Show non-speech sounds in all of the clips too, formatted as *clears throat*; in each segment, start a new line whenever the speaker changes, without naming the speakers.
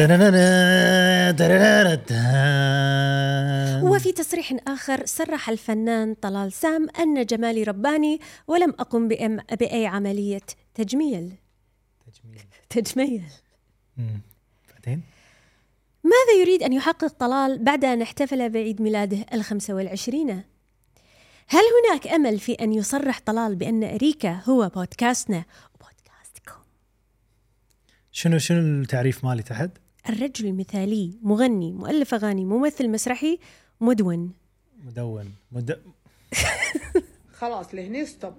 تررررا- تررررا- تا.
وفي تصريح آخر صرح الفنان طلال سام أن جمالي رباني ولم أقم بأم- بأي عملية تجميل *laughs*
تجميل.
تجميل
مم. بعدين
ماذا يريد أن يحقق طلال بعد أن احتفل بعيد ميلاده الخمسة والعشرين؟ هل هناك أمل في أن يصرح طلال بأن أريكا هو بودكاستنا وبودكاستكم؟
شنو شنو التعريف مالي تحت؟
الرجل المثالي مغني مؤلف أغاني ممثل مسرحي مدون
مدون مد...
خلاص لهنا ستوب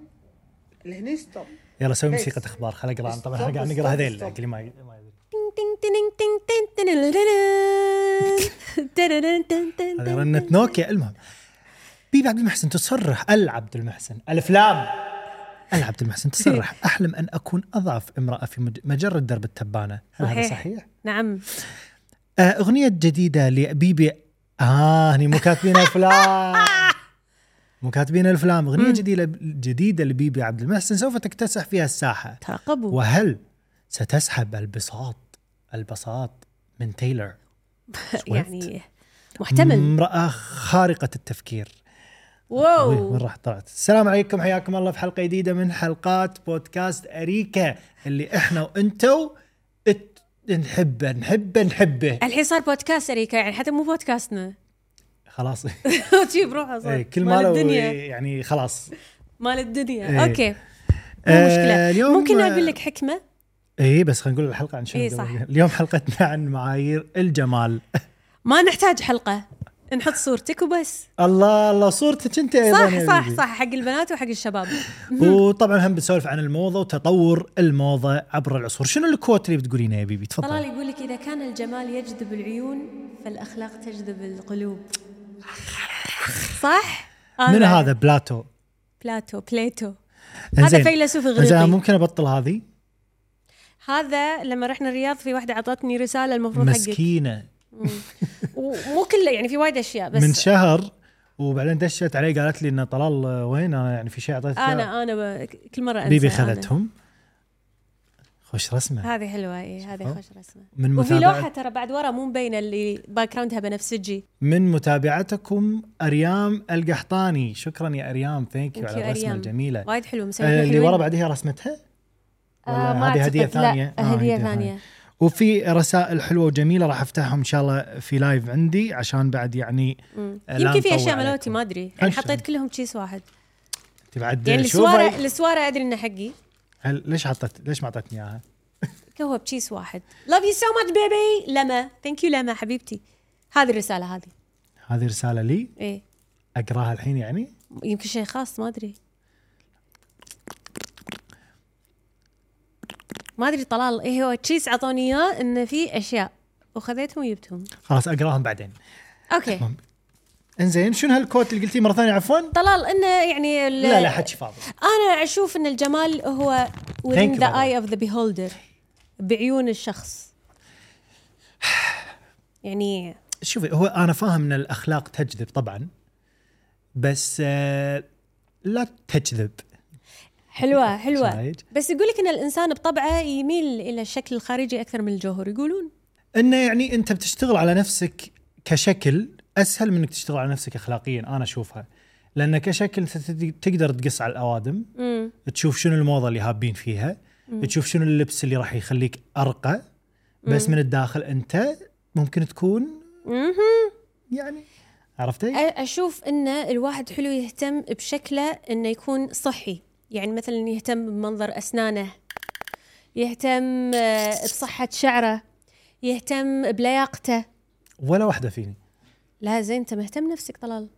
لهنا ستوب
يلا سوي
بس.
موسيقى اخبار خل اقرا طبعا
Stop,
احنا قاعد
stop,
نقرا هذيل
stop.
اللي ما ما يدري
تين تين تين تين تين تين تررن تن
*laughs*
تن
هذه
تن.
رنة نوكيا المهم بيبي عبد المحسن تصرح ال عبد المحسن الافلام ال عبد المحسن تصرح احلم ان اكون اضعف امراه في مج- مجره درب التبانه هل هذا
صحيح.
صحيح؟
نعم
آه، اغنيه جديده لبيبي اه هني مو كاتبين افلام مو كاتبين الافلام اغنيه جديده جديده لبيبي عبد المحسن سوف تكتسح فيها الساحه
ترقبوا
وهل ستسحب البساط البساط من تايلر
*laughs* يعني محتمل
امرأة خارقة التفكير أوه.
واو
وين راح طلعت السلام عليكم حياكم الله في حلقة جديدة من حلقات بودكاست أريكا اللي احنا وانتو ات- نحبه نحبه نحبه
الحين صار بودكاست اريكا يعني حتى مو بودكاستنا *laughs*
خلاص
تجيب روحه صار
إيه، كل
مال
ما لو
الدنيا
يعني خلاص
مال الدنيا
إيه. آه،
اوكي مو مشكلة
اليوم آه،
ممكن اقول لك حكمة
اي بس خلينا نقول الحلقة عن شنو
إيه، صح.
اليوم حلقتنا عن معايير الجمال
ما نحتاج حلقة نحط صورتك وبس
الله الله صورتك انت ايضا
صح
يا
صح
بيبي.
صح حق البنات وحق الشباب
وطبعا هم بنسولف عن الموضه وتطور الموضه عبر العصور، شنو الكوت اللي بتقولينها يا بيبي؟
طلال
تفضل
يقول لك اذا كان الجمال يجذب العيون فالاخلاق تجذب القلوب صح
من
آه،
هذا بلاتو؟
بلاتو بليتو هذا
إنزين.
فيلسوف
إنزين،
اغريقي
ممكن ابطل هذه؟
هذا لما رحنا الرياض في واحده اعطتني رساله المفروض حقك
مسكينه
ومو كله يعني في وايد اشياء بس
من شهر وبعدين دشت علي قالت لي ان طلال آه، وين انا يعني في شيء اعطيتك إياه.
انا انا ب... كل مره انسى
بيبي
أنا.
خذتهم خوش رسمه
هذه حلوه اي هذه خوش رسمه
من
وفي لوحه
متابعة
ترى بعد ورا مو مبينه اللي باك جراوندها بنفسجي
من متابعتكم اريام القحطاني شكرا يا اريام ثانك يو
Thank
على
you،
الرسمه
أريام.
الجميله
وايد حلو مسوي
آه، اللي ورا بعدها رسمتها ولا هذه هدية ثانية؟ آه،
آه، لا هديه
هدية
ثانيه
وفي رسائل حلوه وجميله راح افتحهم ان شاء الله في لايف عندي عشان بعد يعني
مم.
لا
يمكن
نطول
في اشياء
عليكم.
ملوتي ما ادري يعني
عشان.
حطيت كلهم تشيس واحد
إيه، انت بعد
يعني
شوفي.
السواره السواره ادري انه حقي
هل ليش حطت ليش ما اعطتني اياها؟
هو بتشيس واحد لاف يو سو ماتش بيبي لما ثانك يو لما حبيبتي هذه الرساله هذه
هذه رساله لي
ايه
اقراها الحين يعني
يمكن شيء خاص ما ادري ما ادري طلال ايه هو تشيس عطوني اياه انه في اشياء وخذيتهم وجبتهم
خلاص اقراهم بعدين
اوكي
انزين شنو هالكوت اللي قلتيه مره ثانيه عفوا؟
طلال انه يعني ال-
لا لا حكي فاضي
انا اشوف ان الجمال هو
Thank you,
within the
by the way.
eye of the beholder بعيون الشخص يعني
شوفي هو انا فاهم ان الاخلاق تجذب طبعا بس آه لا تجذب *laughs*
حلوه حلوه
شايف؟
بس يقول لك ان الانسان بطبعه يميل الى الشكل الخارجي اكثر من الجوهر يقولون
انه يعني انت بتشتغل على نفسك كشكل اسهل من انك تشتغل على نفسك اخلاقيا انا اشوفها لان كشكل انت تد- تقدر تقص على الاوادم
امم
تشوف شنو الموضه اللي هابين فيها تشوف شنو اللبس اللي راح يخليك ارقى بس من الداخل انت ممكن تكون يعني عرفتي؟
أ- اشوف ان الواحد حلو يهتم بشكله انه يكون صحي يعني مثلا يهتم بمنظر اسنانه يهتم آه، بصحة شعره يهتم بلياقته
ولا واحده فيني
لا زين انت مهتم نفسك طلال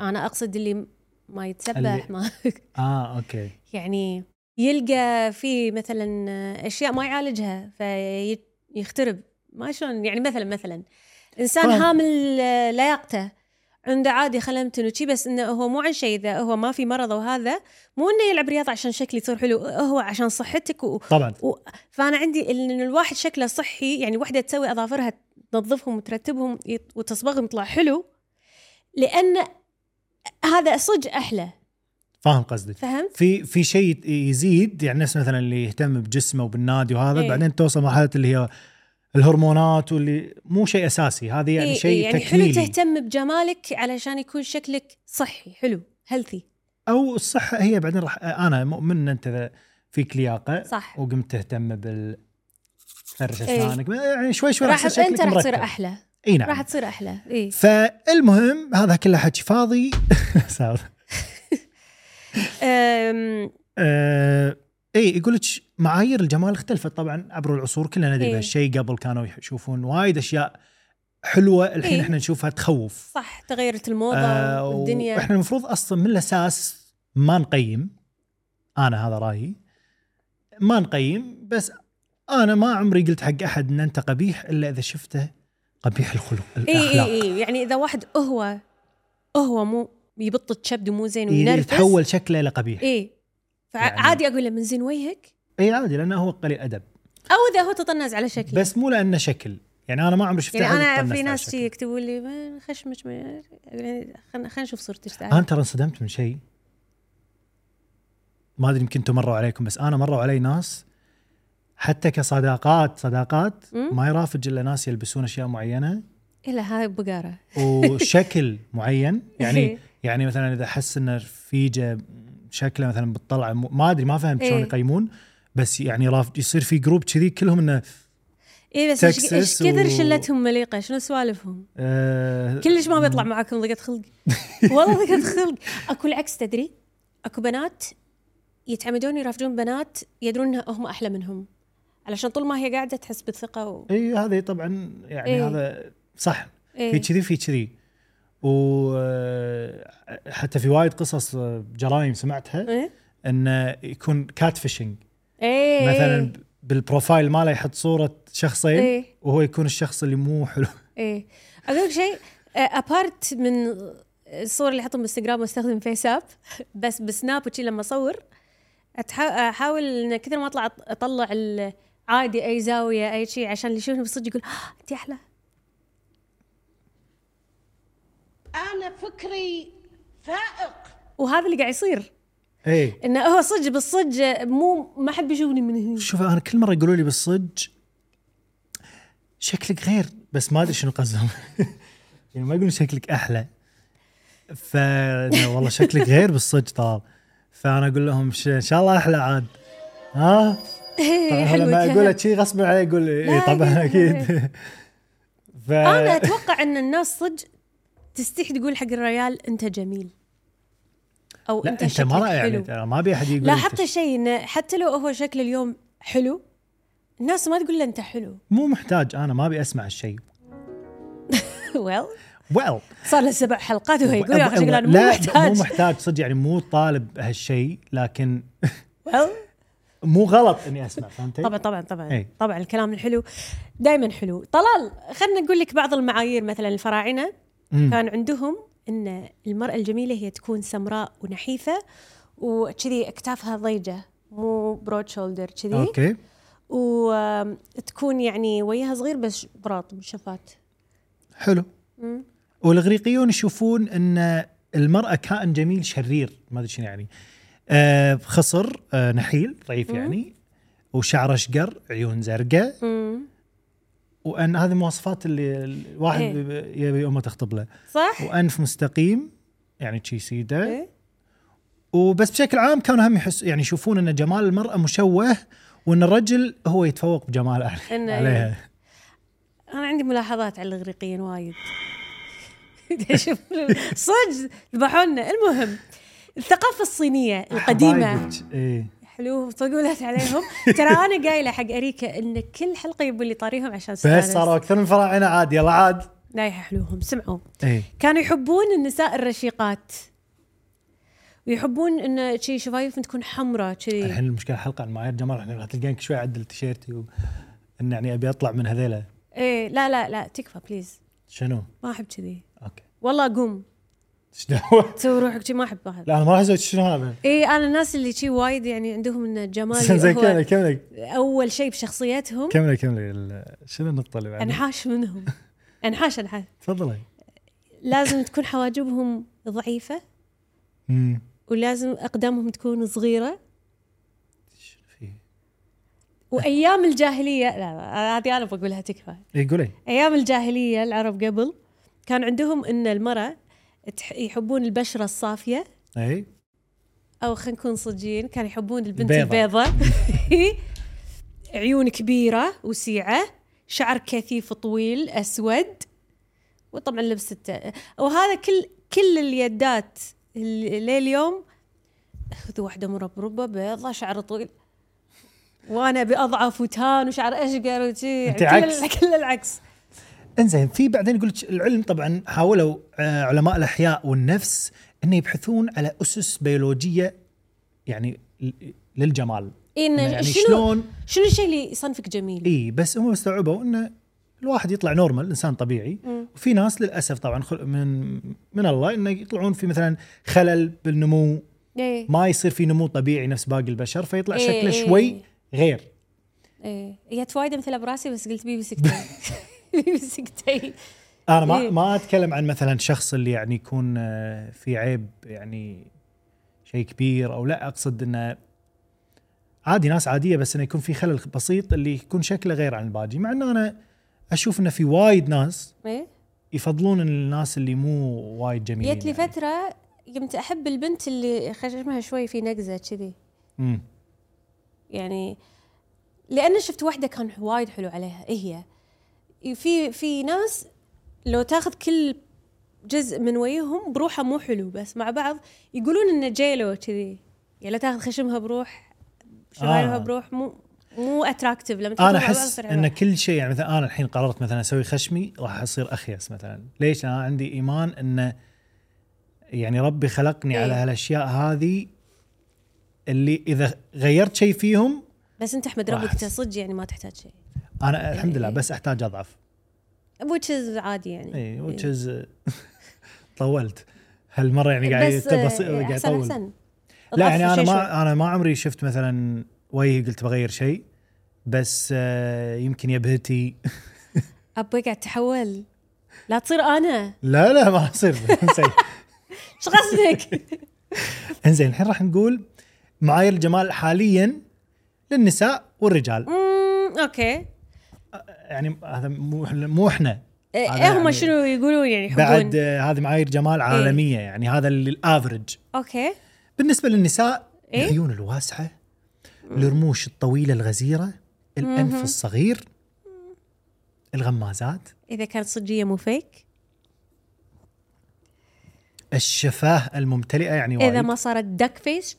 انا اقصد اللي م- ما
اللي-
يتسبح ما
اه اوكي
يعني يلقى في مثلا اشياء ما يعالجها فيخترب ما شلون يعني مثلا مثلا انسان
فاهم.
هامل آه، لياقته عنده عادي خلمتن وشي بس انه هو مو عن شيء اذا هو ما في مرض وهذا مو انه يلعب رياضه عشان شكلي يصير حلو هو عشان صحتك و...
طبعا
و... فانا عندي ان الواحد شكله صحي يعني وحده تسوي اظافرها تنظفهم وترتبهم يط- وتصبغهم يطلع حلو لان هذا صج احلى
فاهم قصدك
فهمت؟
في في شيء يزيد يعني نفس مثلا اللي يهتم بجسمه وبالنادي وهذا
إيه.
بعدين توصل مرحله اللي هي الهرمونات واللي مو شيء اساسي هذه يعني
إي-
شيء
يعني
تكميلي
حلو تهتم بجمالك علشان يكون شكلك صحي حلو هيلثي
او الصحه هي بعدين راح انا مؤمن ان انت إذا فيك لياقه
صح.
وقمت تهتم بال فرش
إيه.
اسنانك يعني شوي شوي
راح
راح يصير
انت
شكلك
راح
مرتب
تصير احلى
اي نعم
راح تصير إيه. احلى اي
فالمهم هذا كله حكي فاضي *laughs* سعد.
أم،
آه، اي يقول لك معايير الجمال اختلفت طبعا عبر العصور كلنا ندري
إيه.
بهالشيء قبل كانوا يشوفون وايد اشياء حلوه الحين
إيه.
احنا نشوفها تخوف
صح تغيرت الموضه
آه،
والدنيا
واحنا المفروض اصلا من الاساس ما نقيم انا هذا رايي ما نقيم بس انا ما عمري قلت حق احد ان انت قبيح الا اذا شفته قبيح الخلق
اي
الاخلاق
اي اي يعني اذا واحد قهوه قهوه مو يبطت شبد ومو زين
ي-
وينرفز إيه.
يتحول شكله الى قبيح
اي
يعني-
فعادي اقول له من زين وجهك
اي عادي لانه هو قليل ادب
او اذا هو تطنز على شكلي
بس مو لانه شكل يعني انا ما عمري شفت
يعني
أحد
انا
يتطنز
في
على
ناس
شكل.
شي يكتبوا لي "ما خشمش ما- يعني خلنا خلنا نشوف صورتك
انا
تعال
ترى انصدمت من شيء ما ادري يمكن انتم مروا عليكم بس انا مروا علي ناس حتى كصداقات صداقات
مم.
ما يرافق الا ناس يلبسون اشياء معينه
الا هاي بقاره *laughs*
وشكل معين
إيه.
يعني يعني مثلا اذا احس ان رفيجه شكله مثلا بالطلعه مو- ما ادري ما فهمت شلون
إيه.
يقيمون بس يعني رافض يصير في جروب كذي كلهم انه
اي إيه بس إيش- ايش
تكساس
كثر
و-
شلتهم مليقه شنو سوالفهم؟
آه
كلش ما بيطلع معاكم ضيقه
*laughs*
خلق والله ضيقه خلق اكو العكس تدري اكو بنات يتعمدون يرافقون بنات يدرون انها هم احلى منهم علشان طول ما هي قاعده تحس بالثقه و...
اي إيه، هذه طبعا يعني
إيه.
هذا صح في
إيه.
كذي في كذي وحتى في وايد قصص آه، جرايم سمعتها
إيه؟
انه يكون كات فيشنج
ايه
مثلا بالبروفايل ماله يحط صوره شخصين
ايه
وهو يكون الشخص اللي مو حلو
ايه اقول لك شيء ابارت من الصور اللي احطهم بالانستغرام واستخدم فيس اب بس بسناب وشي لما اصور أتحا- احاول ان كثر ما اطلع اطلع ال- عادي اي زاويه اي شيء عشان اللي يشوفني بالصدق يقول آه، انت احلى
أنا فكري فائق
وهذا اللي قاعد يصير
اي
انه هو صدق بالصدق مو ما حد بيشوفني من هنا
شوف انا كل مره يقولوا لي بالصدق شكلك غير بس ما ادري شنو قصدهم *laughs* يعني ما يقولون شكلك احلى ف والله شكلك غير بالصدق طال فانا اقول لهم ش... ان شاء الله احلى عاد ها طبعا هو
حلوة
لما
كذا.
اقولها شي غصب عليه يقول لي اي
لا،
طبعا
لا،
اكيد ف
انا اتوقع ان الناس صدق تستحي تقول حق الريال انت جميل او
لا
انت,
انت ما
شكلك
رائع
حلو
يعني ترى ما ابي احد يقول
لا
أنت
حتى شيء انه حتى لو هو شكله اليوم حلو الناس ما تقول له انت
*laughs*
حلو
مو محتاج انا ما ابي اسمع الشيء
ويل
ويل
صار له سبع حلقات وهو يقول يا اخي
لا
شكله أنا مو
مو
محتاج
محتاج صدق يعني مو طالب هالشيء لكن
well.
مو غلط اني اسمع فهمتي؟
طبعا طبعا طبعا
إي.
طبعا الكلام الحلو دائما حلو طلال خلنا نقول لك بعض المعايير مثلا الفراعنه
مم.
كان عندهم ان المراه الجميله هي تكون سمراء ونحيفه وكذي اكتافها ضيجه مو برود شولدر كذي
اوكي
وتكون يعني وجهها صغير بس براط مشفات
حلو
مم.
والاغريقيون يشوفون ان المراه كائن جميل شرير ما ادري شنو يعني آه خصر آه نحيل ضعيف يعني وشعره اشقر عيون زرقاء
مم.
وان هذه مواصفات اللي الواحد
إيه.
بيب- يبي امه تخطب له
صح؟
وانف مستقيم يعني شي سيده
إيه.
وبس بشكل عام كانوا هم يحس يعني يشوفون ان جمال المراه مشوه وان الرجل هو يتفوق بجمال أهله-
إنه
عليها
انا عندي ملاحظات على الاغريقيين وايد *laughs* يشوفون- صدق ذبحونا المهم الثقافه الصينيه القديمه
حبايبك. ايه
حلو طقولت عليهم ترى انا قايله حق اريكا ان كل حلقه يبون لي طاريهم عشان
بس
أستانس.
صاروا اكثر من فراعنه عاد يلا عاد
لا يحلوهم سمعوا
ايه
كانوا يحبون النساء الرشيقات ويحبون ان شي شفايفهم تكون حمراء كذي
الحين المشكله حلقه عن معايير جمال الحين راح تلقانك شوي اعدل تيشيرتي و... ان يعني ابي اطلع من هذيلا
ايه لا لا لا تكفى بليز
شنو؟
ما احب كذي
اوكي
والله قوم
ايش دعوه؟
تسوي روحك كذي ما احب هذا
*laughs* لا انا ما راح اسوي شنو هذا؟
اي انا الناس إيه، اللي شي وايد يعني عندهم ان الجمال
*laughs* زين كملي
هو
كملي
اول شيء بشخصيتهم
كملي كملي ال- شنو النقطه اللي بعدها؟
انحاش منهم *laughs* انحاش انحاش
تفضلي
لازم تكون حواجبهم ضعيفه
امم
ولازم اقدامهم تكون صغيره
شنو في؟
وايام الجاهليه لا لا، هذه انا بقولها تكفى
إيه، قولي
ايام الجاهليه العرب قبل كان عندهم ان المراه تح- يحبون البشره الصافيه
اي
او خلينا نكون صجين كانوا يحبون البنت
البيضة.
البيضة *laughs* عيون كبيرة وسيعة شعر كثيف طويل أسود وطبعا لبسته وهذا كل كل اليدات ال- لليوم خذوا واحدة مربربة بيضة شعر طويل وانا باضعف وتان وشعر اشقر وشي
أنت
كل
عكس.
ال- كل العكس
انزين في بعدين قلت العلم طبعا حاولوا آه، علماء الاحياء والنفس انه يبحثون على اسس بيولوجيه يعني ل- للجمال
إن
إنه يعني
شنو-
شلون
شنو الشيء اللي يصنفك جميل؟
اي بس هم استوعبوا انه الواحد يطلع نورمال انسان طبيعي وفي ناس للاسف طبعا خل- من من الله انه يطلعون في مثلا خلل بالنمو
إيه.
ما يصير في نمو طبيعي نفس باقي البشر فيطلع
إيه،
شكله
إيه.
شوي غير
ايه هي توايد مثل براسي بس قلت بيبي
*laughs*
سكتين بيبي سكتين
انا ما
إيه.
ما اتكلم عن مثلا شخص اللي يعني يكون آه، في عيب يعني شيء كبير او لا اقصد انه عادي ناس عاديه بس انه يكون في خلل بسيط اللي يكون شكله غير عن الباقي مع انه انا اشوف انه في وايد ناس
ايه
يفضلون الناس اللي مو وايد جميلين
جت لي فتره قمت احب البنت اللي خشمها شوي في نقزه كذي
مم.
يعني لان شفت واحده كان وايد حلو عليها إيه هي في في ناس لو تاخذ كل جزء من وجههم بروحه مو حلو بس مع بعض يقولون انه جيلو كذي يعني لو تاخذ خشمها بروح شمالها
آه.
بروح مو مو اتراكتيف لما تحطهم
انا
مع بعض
احس
يصير حلو.
ان كل شيء يعني مثلا انا الحين قررت مثلا اسوي خشمي راح اصير اخيس مثلا ليش انا عندي ايمان انه يعني ربي خلقني
إيه.
على هالاشياء هذه اللي اذا غيرت شيء فيهم
بس انت احمد ربك
واحد.
أنت صدق يعني ما تحتاج شيء
انا الحمد
إيه.
لله بس احتاج اضعف
which is عادي يعني
اي إيه، which is *laughs* طولت هالمره يعني قاعد
بس
يتبص-
آه،
قاعد
احسن
يطول
احسن
لا
أضعف
يعني انا
شيء شوي.
ما انا ما عمري شفت مثلا وجهي قلت بغير شيء بس آه، يمكن يبهتي *laughs*
ابوي قاعد تحول لا تصير انا
لا لا ما يصير *laughs* زين.
ايش
*laughs*
قصدك؟
انزين الحين راح نقول معايير الجمال حاليا للنساء والرجال
أمم، اوكي
يعني هذا مو إحنا- مو احنا هذا
ايه هم
يعني
شنو يقولون يعني يحبون
بعد آه، هذه معايير
إيه.
جمال عالميه يعني هذا اللي الافرج
اوكي
بالنسبه للنساء
إيه؟
العيون الواسعه الرموش الطويله الغزيره الانف الصغير الغمازات
اذا كانت صجيه مو فيك
الشفاه الممتلئه يعني
اذا
وايد
ما صارت دك فيس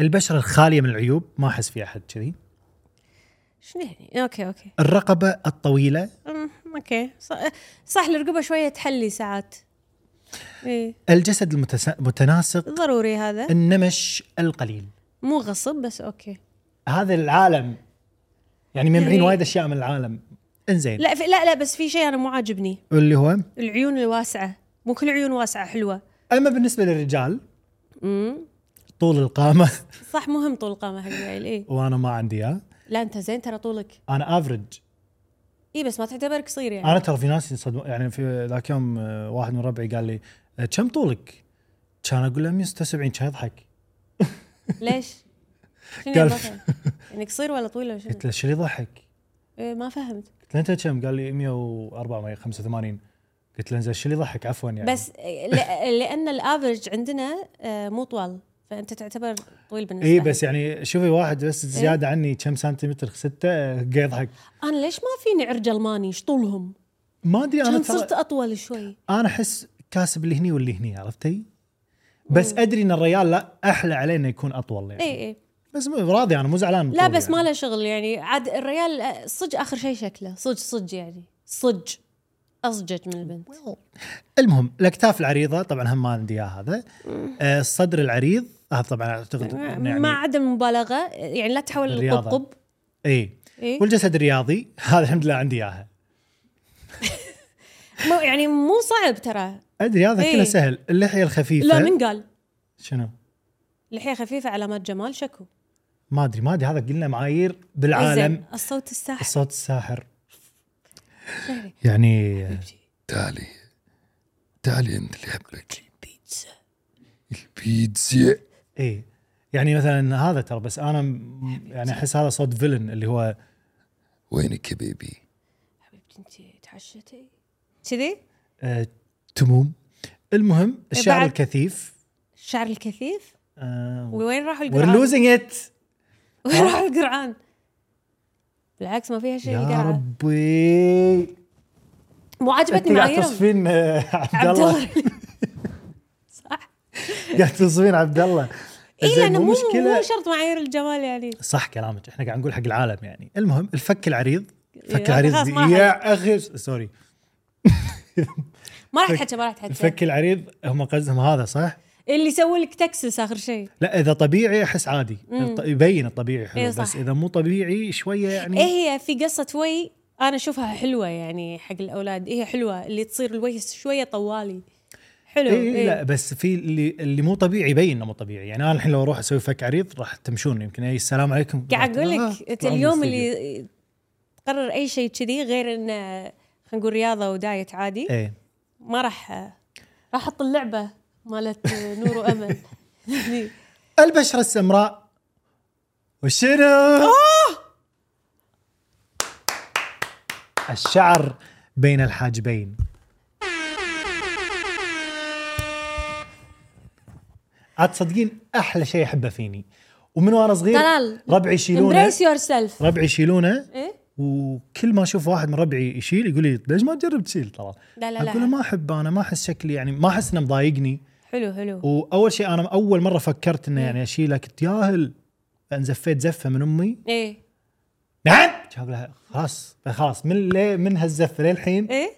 البشره الخاليه من العيوب ما احس في احد كذي
شنو يعني اوكي اوكي
الرقبه الطويله
أمم، اوكي ص- صح الرقبه شويه تحلي ساعات ايه
الجسد المتناسق
ضروري هذا
النمش القليل
مو غصب بس اوكي
هذا العالم يعني ممنعين
يعني-
وايد اشياء من العالم انزين
لا في لا لا بس في شيء انا مو عاجبني
اللي هو
العيون الواسعه مو كل عيون واسعه حلوه
اما بالنسبه للرجال طول *laughs* القامه
صح مهم طول القامه حق العيل اي
وانا ما عندي اياه
لا انت زين ترى طولك
انا افرج
اي بس ما تعتبر قصير يعني
انا ترى في ناس ينصدمون يعني في ذاك يوم آه، واحد من ربعي قال لي آه، كم طولك؟ كان اقول له 176 كان يضحك
*laughs*
*laughs*
ليش؟ شنو
قال-
ما فهم؟ يعني قصير ولا طويل ولا شنو؟
قلت له شو اللي يضحك؟
إيه ما فهمت
قلت له انت كم؟ قال لي 104 185 قلت له انزين شو اللي يضحك عفوا يعني
بس إيه، لا- لان الافرج عندنا آه، مو طوال فانت تعتبر طويل بالنسبه
اي
لك.
بس يعني شوفي واحد
إيه.
بس زياده عني كم سنتيمتر ستة آه، قاعد يضحك
انا ليش ما فيني عرج الماني ايش طولهم؟
ما ادري انا
كان
ترى
صرت اطول شوي
انا احس كاسب اللي هني واللي هني عرفتي؟ بس ادري ان الريال لا احلى عليه انه يكون اطول يعني
اي اي
بس مو- راضي انا مو زعلان من
إيه، لا
طولي
بس
يعني.
ما له شغل يعني عاد الريال آه، صج اخر شيء شكله صج صج يعني صج اصجج من البنت
المهم الاكتاف العريضه طبعا هم ما عندي اياه هذا آه، الصدر العريض هذا طبعا اعتقد إنه يعني
مع عدم المبالغه يعني لا تحول
الرياضة.
للقبقب
اي
إيه؟
والجسد الرياضي هذا الحمد لله عندي اياها
مو يعني مو صعب ترى
ادري هذا
إيه.
كله سهل اللحيه الخفيفه
لا من قال
شنو؟
لحيه خفيفه علامات جمال شكو إيه،
ما ادري ما ادري هذا قلنا معايير بالعالم
زين، الصوت الساحر
الصوت الساحر
شهري.
يعني
تعالي تعالي انت اللي احبك
بيتزا
البيتزا
اي يعني مثلا هذا ترى بس انا م- يعني احس هذا صوت فيلن اللي هو
وينك يا بيبي
حبيبتي انت تعشتي كذي
آه تموم المهم الشعر
إيه، بعد-
الكثيف
الشعر الكثيف
آه
وين راحوا
وير
القرعان؟
لوزينج ات
وين راحوا القرعان؟ بالعكس ما فيها شيء
يا
القرعه
ربي
مو
انت
عجبتني
قاعد
معاييرهم
تصفين آه، عبد
*laughs* عبد
الله
الله صح
*laughs* قاعد تصفين عبد الله
اي
زين،
انا
مو
إيه، مو
مشكلة-
مو شرط معايير الجمال يعني
صح كلامك احنا قاعد نقول حق العالم يعني المهم الفك العريض
يا،
فك العريض
خلاص
دي-
ما
يا اخي سوري
ما راح تحكي ما راح تحكي
الفك العريض هم قصدهم هذا صح؟
اللي يسوي لك تكسس اخر شيء
لا اذا طبيعي احس عادي الط- يبين الطبيعي حلو
إيه صح.
بس اذا مو طبيعي شويه يعني
ايه هي في قصه وي انا اشوفها حلوه يعني حق الاولاد هي إيه حلوه اللي تصير الوجه شويه طوالي حلو
إيه
إيه.
إيه لا بس في اللي اللي مو طبيعي يبين انه مو طبيعي يعني انا الحين لو اروح اسوي فك عريض راح تمشون يمكن اي السلام عليكم
قاعد اقول
آه،
لك انت
طلعوا من
اليوم
الاستديو.
اللي تقرر اي شيء كذي غير انه خلينا نقول رياضه ودايت عادي
ايه
ما راح راح احط اللعبه مالت
*laughs*
نور وامل ذي.
البشره السمراء وشنو؟ الشعر بين الحاجبين عاد تصدقين احلى شيء احبه فيني ومن وانا صغير
طلال،
ربعي يشيلونه
embrace yourself
ربعي يشيلونه
ايه
وكل ما اشوف واحد من ربعي يشيل يقول لي ليش ما تجرب تشيل طلال؟
لا، لا، لا.
اقول له ما احب انا ما احس شكلي يعني ما احس انه مضايقني
حلو حلو
واول شيء انا اول مره فكرت انه يعني اشيله كنت ياهل فان زفيت زفه من امي
ايه
نعم جاب لها خلاص خلاص من لي من هالزفه للحين
ايه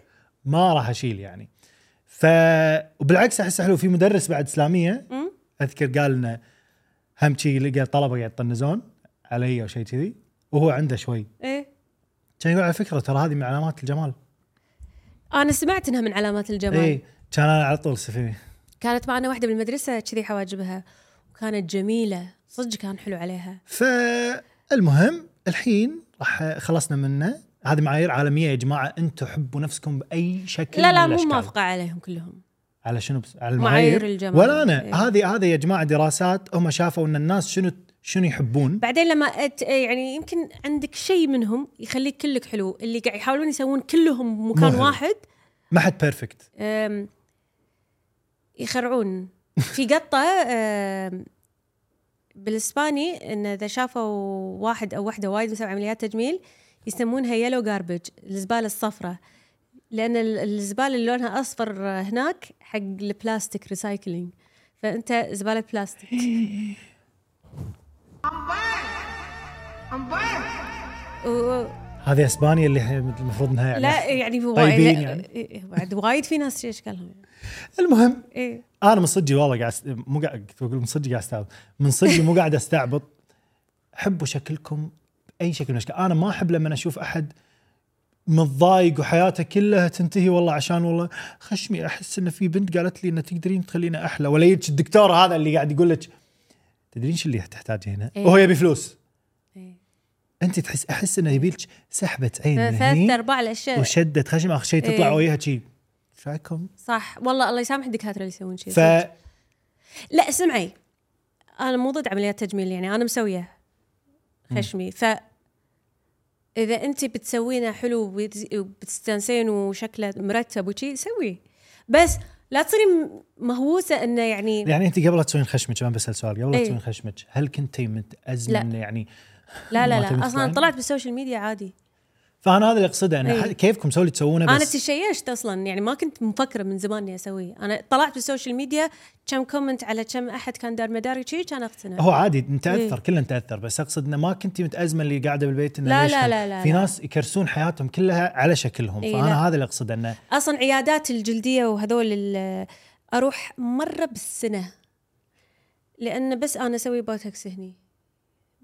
ما راح اشيل يعني ف وبالعكس احس حلو في مدرس بعد اسلاميه
مم.
اذكر قال لنا هم شي لقى طلبه قاعد يطنزون علي او شيء كذي وهو عنده شوي
ايه
كان يقول على فكره ترى هذه من علامات الجمال
انا سمعت انها من علامات الجمال
اي إيه، كان انا على طول سفيني
كانت معنا واحده بالمدرسه كذي حواجبها وكانت جميله صدق كان حلو عليها
فالمهم الحين راح خلصنا منه هذه معايير عالميه يا جماعه انتم حبوا نفسكم باي شكل
لا
من
لا مو
الأشكال.
موافقه عليهم كلهم
على شنو بس على
معايير
المعايير
الجمال.
ولا انا
إيه.
هذه هذه يا جماعه دراسات هم شافوا ان الناس شنو شنو يحبون
بعدين لما أت... يعني يمكن عندك شيء منهم يخليك كلك حلو اللي قاعد يحاولون يسوون كلهم مكان
مو حلو.
واحد
ما حد بيرفكت
أم، يخرعون في قطة أم، بالاسباني ان اذا شافوا واحد او واحدة وايد مسوي عمليات تجميل يسمونها يلو جاربج الزبالة الصفراء لان ال- الزبالة اللي لونها اصفر هناك حق البلاستيك ريسايكلينج فانت زبالة بلاستيك و-
هذه اسبانيا اللي إحنا المفروض انها يعني
لا يعني هو
طيبين
لا-
يعني.
إيه، بعد وايد في ناس اشكالهم
المهم
ايه
انا من صدقي والله قاعد أست- مو قاعد كنت بقول من صدقي قاعد استعبط من صدقي مو قاعد استعبط حبوا شكلكم باي شكل من الاشكال انا ما احب لما اشوف احد متضايق وحياته كلها تنتهي والله عشان والله خشمي احس ان في بنت قالت لي ان تقدرين تخلينا احلى ولا يجيك الدكتور هذا اللي قاعد يقول لك تدرين شو اللي تحتاجه هنا؟
إيه.
وهو يبي فلوس
إيه.
انت تحس احس انه يبي لك سحبه عين من
ثلاث
هني
ارباع الاشياء
وشدت خشم اخر شيء تطلع
إيه.
وجهها شي ايش رايكم؟
صح والله الله يسامح الدكاتره اللي يسوون شيء
ف
صدق. لا اسمعي انا مو ضد عمليات تجميل يعني انا مسويه خشمي ف اذا انت بتسوينه حلو وبت- وبتستانسين وشكله مرتب وشي سوي بس لا تصيري م- مهووسه انه يعني
يعني انت قبل لا تسوين خشمك انا بسال سؤال قبل لا
إيه.
تسوين خشمك هل كنتي متازمه
لا.
انه يعني
لا لا
ما
لا
تبي
اصلا
تطلعين؟
طلعت بالسوشيال ميديا عادي
فانا هذا اللي اقصده انا
إيه.
ح- كيفكم سوي اللي تسوونه
انا
بس
تشيشت اصلا يعني ما كنت مفكره من زمان اني اسويه انا طلعت بالسوشيال ميديا كم كومنت على كم احد كان دار مداري شي كان اقتنع
هو عادي نتاثر
إيه.
كلنا نتاثر بس اقصد انه ما كنتي متازمه اللي قاعده بالبيت انه
لا،
ليش
لا،
خل-
لا، لا،
في
لا.
ناس يكرسون حياتهم كلها على شكلهم
إيه،
فانا
لا.
هذا اللي اقصده انه
اصلا عيادات الجلديه وهذول ال- اروح مره بالسنه لان بس انا اسوي بوتوكس هني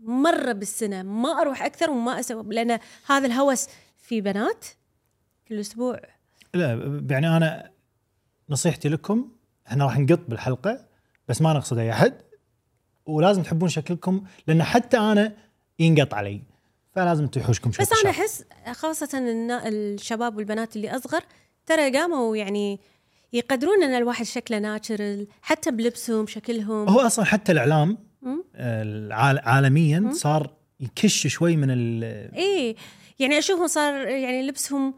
مره بالسنه ما اروح اكثر وما اسوي لان هذا الهوس في بنات كل اسبوع
لا يعني انا نصيحتي لكم احنا راح نقط بالحلقه بس ما نقصد اي احد ولازم تحبون شكلكم لان حتى انا ينقط علي فلازم تحوشكم شوي
بس انا احس خاصه النا- الشباب والبنات اللي اصغر ترى قاموا يعني يقدرون ان الواحد شكله ناتشرال حتى بلبسهم شكلهم
هو اصلا حتى الاعلام العال- عالميا صار يكش شوي من ال
اي يعني اشوفهم صار يعني لبسهم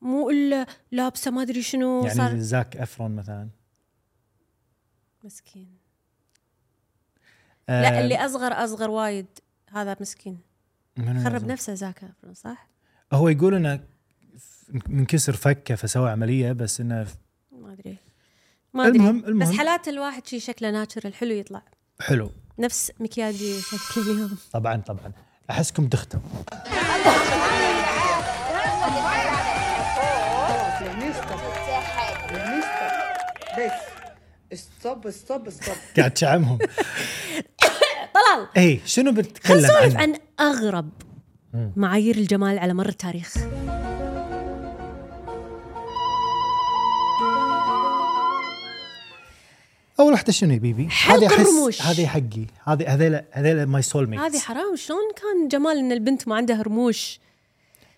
مو الا لابسه ما ادري شنو
يعني
صار
زاك افرون مثلا
مسكين
آه،
لا اللي اصغر اصغر وايد هذا مسكين
منو
خرب
يزن؟
نفسه زاك أفرون، صح؟
هو يقول انه منكسر فكه فسوى عمليه بس انه
ما ادري ما ادري
المهم-
بس
المهم.
حالات الواحد شي شكله ناتشر الحلو يطلع
حلو
نفس مكياجي
*laughs*
شكلي اليوم
طبعا طبعا احسكم
*laughs*
دختم
خلاص لهني ستوب لهني ستوب بس ستوب ستوب ستوب
قاعد تشعمهم
طلال
اي شنو بتتكلم
خلينا نسولف
عنه؟
عن اغرب معايير الجمال على مر التاريخ
اول واحده شنو يا بيبي؟
حلق
هذه أحس-
الرموش.
هذه حقي هذه هذيلا هذيلا ماي سول ميت
هذه حرام شلون كان جمال ان البنت ما عندها رموش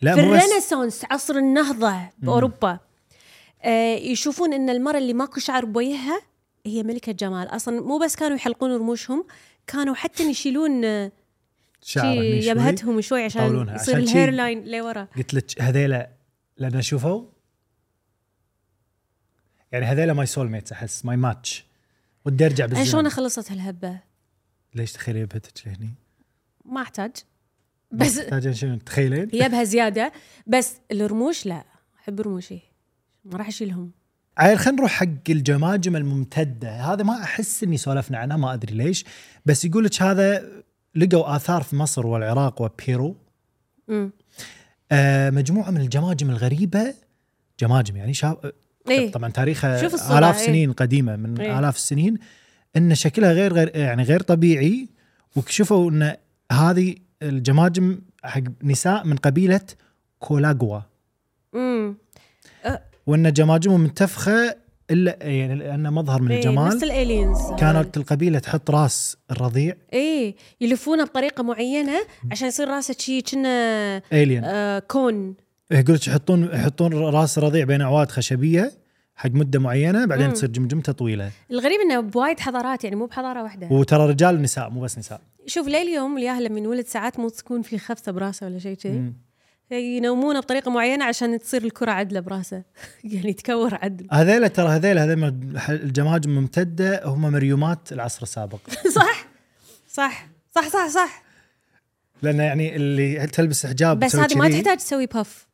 لا
في
مو بس-
الرينيسانس عصر النهضة بأوروبا آه يشوفون أن المرأة اللي ماكو شعر بوجهها هي ملكة جمال أصلا مو بس كانوا يحلقون رموشهم كانوا حتى يشيلون آه، شي
شعره هني شوي.
يبهتهم شوي عشان
يطولونها.
يصير
عشان شي-
الهير لاين لورا
قلت لك هذيلا لان شوفوا يعني هذيلا ماي سول ميت احس ماي ماتش ودي ارجع
أنا شلون
بالزمن
خلصت هالهبة
ليش تخيلي يبهتك لهني؟
ما أحتاج
*laughs*
بس
تحتاجين شنو تخيلين؟
يبها زيادة بس الرموش لا أحب رموشي ما راح أشيلهم
عيل خلينا نروح حق الجماجم الممتده، هذا ما احس اني سولفنا عنها ما ادري ليش، بس يقول لك هذا لقوا اثار في مصر والعراق وبيرو.
أمم.
آه مجموعه من الجماجم الغريبه جماجم يعني شاب
إيه.
طبعا تاريخها
شوف الصورة،
الاف
إيه.
سنين قديمه من
إيه.
الاف السنين ان شكلها غير غير يعني غير طبيعي وكشفوا ان هذه الجماجم حق نساء من قبيله كولاغوا
أمم.
وان جماجمهم منتفخه الا يعني لان مظهر من
إيه،
الجمال
نفس الالينز
كانت القبيله تحط راس الرضيع
ايه يلفونه بطريقه معينه عشان يصير راسه شي كنا
الين
آه كون
يقول لك يحطون يحطون راس الرضيع بين اعواد خشبيه حق مده معينه بعدين تصير جمجمته طويله
الغريب انه بوايد حضارات يعني مو بحضاره واحده
وترى رجال ونساء مو بس نساء
شوف ليه اليوم الياهل لما ينولد ساعات مو تكون في خفسه براسه ولا شيء كذي ينومونه بطريقه معينه عشان تصير الكره عدله براسه *laughs* يعني تكور عدل *laughs*
هذيلا ترى هذيلا هذيلا الجماجم ممتده هم مريومات العصر السابق
صح صح صح صح صح
لان يعني اللي تلبس حجاب
بس
تسوي
هذه ما
كذي،
تحتاج تسوي بف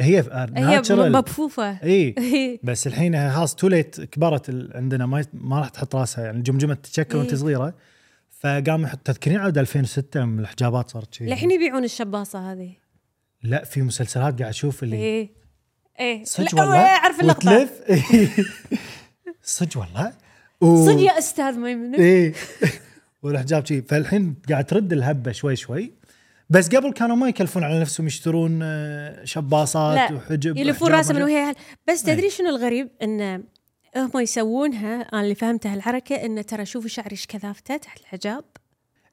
هي
هي
ناتشرال *laughs*
مبفوفه *laughs*
اي بس الحين خلاص تو ليت كبرت ال- عندنا ما, ما راح تحط راسها يعني الجمجمه تتشكل وانت
إيه.
صغيره فقام يحط تذكرين عاد 2006 من الحجابات صارت كذي
للحين يبيعون الشباصه هذه
لا في مسلسلات قاعد اشوف اللي
ايه ايه
إيه. صدق
لا،
والله
اعرف اللقطه
وتلف *laughs* إيه. صدق والله و...
صدق يا استاذ
*laughs*
ميمون
ايه والحجاب شي فالحين قاعد ترد الهبه شوي شوي بس قبل كانوا ما يكلفون على نفسهم يشترون آه، شباصات
لا
وحجب إيه.
يلفون
أحجاب
راسه من
وحجب.
وهي بس تدري شنو الغريب انه هم يسوونها انا اللي فهمتها الحركه انه ترى شوفوا شعري ايش كثافته تحت الحجاب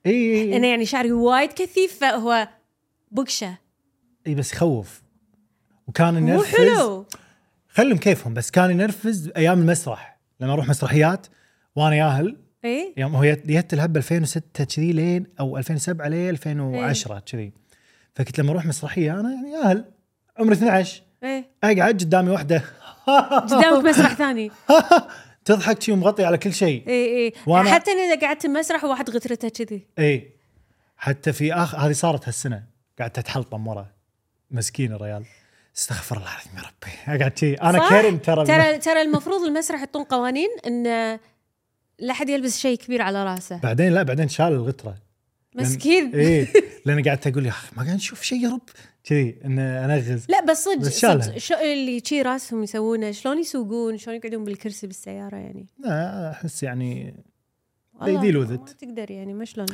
إيه، إيه
انه يعني شعري وايد كثيف فهو بقشه
اي إيه، بس يخوف وكان
مو
ينرفز
حلو
خلهم كيفهم بس كان ينرفز ايام المسرح لما اروح مسرحيات وانا ياهل
اي
يوم هو يت- يت الهبه 2006 كذي لين او 2007 لين
إيه.
2010 كذي فكنت لما اروح مسرحيه انا يعني ياهل عمري 12
اي
*laughs* اقعد قدامي واحده
قدامك إيه. مسرح ثاني
تضحك شي ومغطي على كل شيء
اي اي
وأنا-
حتى إن اذا قعدت مسرح وواحد غترته كذي
اي حتى في اخر هذه صارت هالسنه قعدت اتحلطم ورا مسكين الريال استغفر الله العظيم يا ربي اقعد شي انا
صح؟
كرم ترى *laughs*
ترى ترى المفروض المسرح يحطون قوانين انه لا حد يلبس شيء كبير على راسه
بعدين لا بعدين شال الغتره
مسكين *laughs*
ايه لان قعدت اقول يا اخي ما قاعد نشوف شيء يا رب كذي ان انغز
لا بس صدق
بس شالها.
صدق شو اللي شي راسهم يسوونه شلون يسوقون شلون يقعدون بالكرسي بالسياره يعني
لا احس يعني
والله
deal with
ما
it.
تقدر يعني ما شلون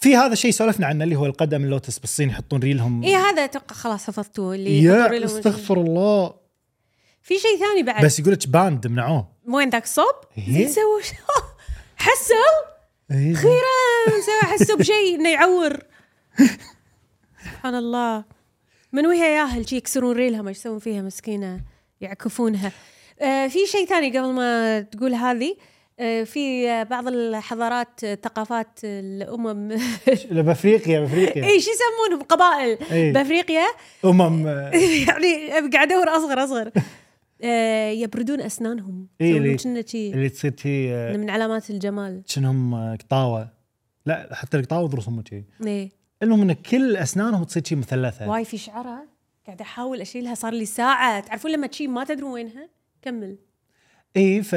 في هذا الشيء سولفنا عنه اللي هو القدم اللوتس بالصين يحطون ريلهم
اي إيه، هذا اتوقع خلاص حفظتوه اللي يحطون
يا
لهم-
استغفر الله
في شيء ثاني بعد بس
بس يقول لك باند منعوه
وين ذاك صوب
إيه.
سووا شو- *laughs* حسوا
إيه.
خيرا سووا حسوا بشيء انه يعور سبحان الله من وهي ياهل شي يكسرون ريلها ما يسوون فيها مسكينه يعكفونها آه في شيء ثاني قبل ما تقول هذه آه، في آه، بعض الحضارات آه، ثقافات الامم
إيه. بافريقيا بافريقيا
اي شو يسمونه بالقبائل
إي.
بافريقيا
امم آه،
*laughs* يعني قاعد ادور اصغر اصغر آه، يبردون اسنانهم
إي،
يسوون
إي.
كنا شي
اللي تصير شي آه،
من علامات الجمال
شنهم آه، قطاوه لا حتى القطاوه ضروسهم شي
ايه
المهم ان كل اسنانهم تصير شي مثلثه
واي في شعرها قاعده احاول اشيلها صار لي ساعه تعرفون لما تشيل ما تدرون وينها كمل
اي ف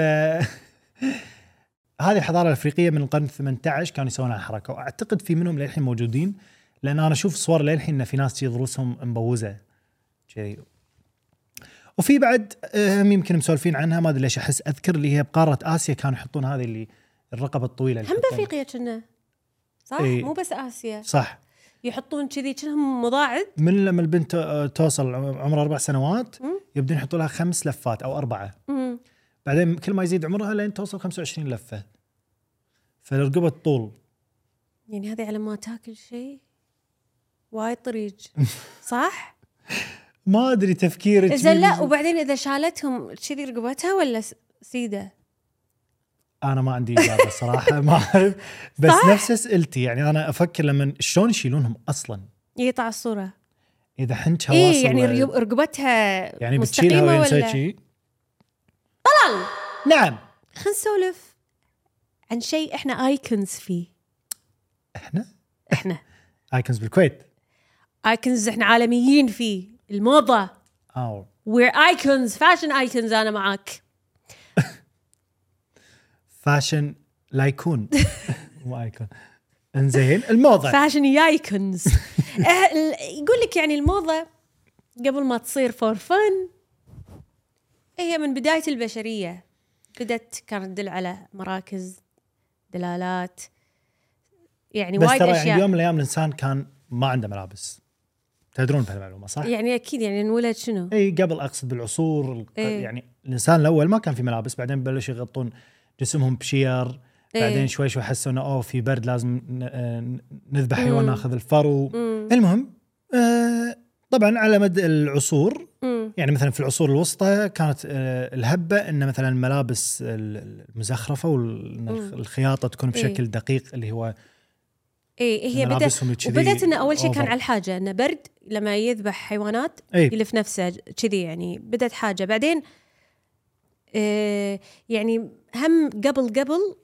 *laughs* هذه الحضاره الافريقيه من القرن 18 كانوا يسوون هالحركه واعتقد في منهم للحين موجودين لان انا اشوف صور للحين ان في ناس شي ضروسهم مبوزه شي وفي بعد آه، هم يمكن مسولفين عنها ما ادري ليش احس اذكر اللي هي بقاره اسيا كانوا يحطون هذه اللي الرقبه الطويله اللي
هم
يحطونها.
بافريقيا كنا صح
إي.
مو بس اسيا
صح
يحطون كذي كأنهم مضاعد
من لما البنت آه، توصل عمرها اربع سنوات يبدون يحطوا لها خمس لفات او اربعه
مم.
بعدين كل ما يزيد عمرها لين توصل 25 لفه فالرقبه تطول
يعني هذه على ما تاكل شيء وايد طريق
*laughs*
صح؟
ما ادري تفكيرك
زين لا
مين-
وبعدين اذا شالتهم كذي رقبتها ولا س- سيده؟
انا ما عندي اجابه صراحه ما
*laughs*
اعرف بس
صح؟
نفس اسئلتي يعني انا افكر لما شلون يشيلونهم اصلا
إيه، يقطع الصوره
اذا حنت هواصل
اي يعني ريو- رقبتها
يعني بتشيلها
مستقيمه
وين تسوي
ولا
شي طلال نعم
خلينا نسولف عن شيء احنا ايكونز فيه
احنا
احنا
ايكونز بالكويت
ايكونز احنا عالميين فيه الموضه
او
وير ايكونز فاشن ايكونز انا معاك
فاشن لايكون
*laughs*
*laughs* مو ايكون انزين الموضه *laughs*
فاشن يايكونز أه، ال- يقول لك يعني الموضه قبل ما تصير فور فن هي من بدايه البشريه بدت كانت تدل على مراكز دلالات يعني
بس
وايد
ترى
اشياء
يعني يوم من الايام الانسان كان ما عنده ملابس تدرون بهالمعلومه صح؟
يعني اكيد يعني انولد شنو؟
اي قبل اقصد بالعصور الق-
إيه.
يعني الانسان الاول ما كان في ملابس بعدين بلشوا يغطون جسمهم بشير
إيه.
بعدين شوي شوي حسوا انه اوه في برد لازم ن- آه، نذبح حيوان ناخذ الفرو المهم آه طبعا على مد العصور
مم.
يعني مثلا في العصور الوسطى كانت آه الهبه ان مثلا الملابس ال- المزخرفه والخياطه تكون
إيه.
بشكل دقيق اللي هو
اي إيه، هي بدت
ملابسهم كذي
وبدت انه اول شيء كان
أوفر.
على الحاجه انه برد لما يذبح حيوانات
إيه.
يلف نفسه كذي يعني بدت حاجه بعدين آه يعني هم قبل قبل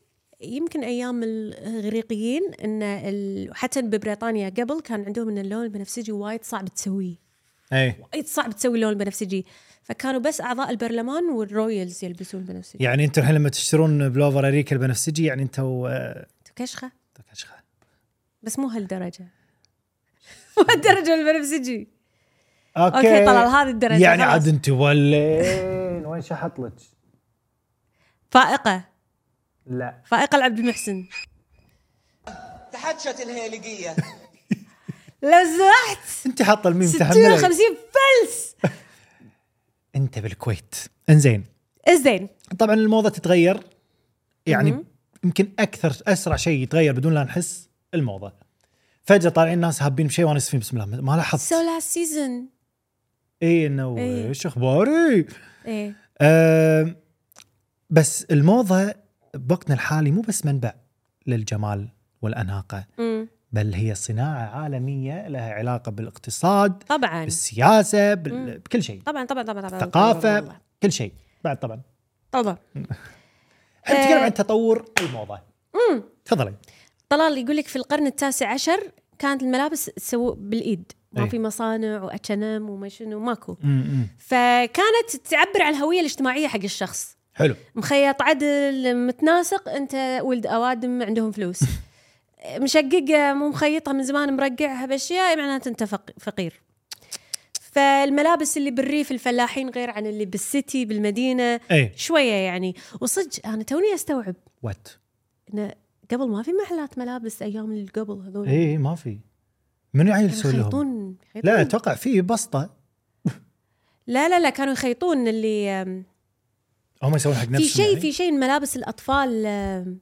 يمكن ايام الاغريقيين ان ال- حتى ببريطانيا قبل كان عندهم ان اللون البنفسجي وايد صعب تسويه
اي
وايد صعب تسوي اللون البنفسجي فكانوا بس اعضاء البرلمان والرويالز يلبسون بنفسجي
يعني انتم الحين لما تشترون بلوفر اريكا البنفسجي يعني انتم آه
كشخه
كشخة.
بس مو هالدرجه *laughs* مو هالدرجه البنفسجي
اوكي,
اوكي طلال هذه الدرجه
يعني
خلاص.
عاد انت ولا وين شحط لك؟
فائقه
لا
فائقه لعبد المحسن
تحدشت الهيلقية
لو سمحت
انت حاطه الميم
60
تحمله
50 فلس
انت بالكويت انزين
زين
طبعا الموضه تتغير يعني يمكن اكثر اسرع شيء يتغير بدون لا نحس الموضه فجاه طالعين ناس هابين بشيء وانا اسفين بسم الله ما لاحظت
سو لاست سيزون
اي انه
إيه.
ايش اخباري؟
ايه
أم، بس الموضه بوقتنا الحالي مو بس منبع للجمال والاناقه
أمم.
بل هي صناعه عالميه لها علاقه بالاقتصاد
طبعا
بالسياسه بال... بكل شيء
طبعا طبعا طبعا طبعا
ثقافه كل شيء بعد طبعا
طبعا
احنا
آه.
نتكلم عن تطور الموضه تفضلي
طلال يقول لك في القرن التاسع عشر كانت الملابس تسوى بالايد ما
إيه.
في مصانع واتش ام وما شنو ماكو
م-م.
فكانت تعبر عن الهويه الاجتماعيه حق الشخص
حلو
مخيط عدل متناسق انت ولد اوادم عندهم فلوس *laughs* مشققه مو مخيطها من زمان مرقعها باشياء معناته انت فق- فقير فالملابس اللي بالريف الفلاحين غير عن اللي بالسيتي بالمدينه
ايه
شويه يعني وصدق انا توني استوعب
وات
انه قبل ما في محلات ملابس ايام اللي قبل هذول
ايه ما في منو يعني
كانوا
يسوي لهم
يخيطون يخيطون.
لا اتوقع في بسطه
لا لا لا كانوا يخيطون اللي أم،
هم يسوون حق نفسهم
في شيء
يعني.
في شيء من ملابس الاطفال أم،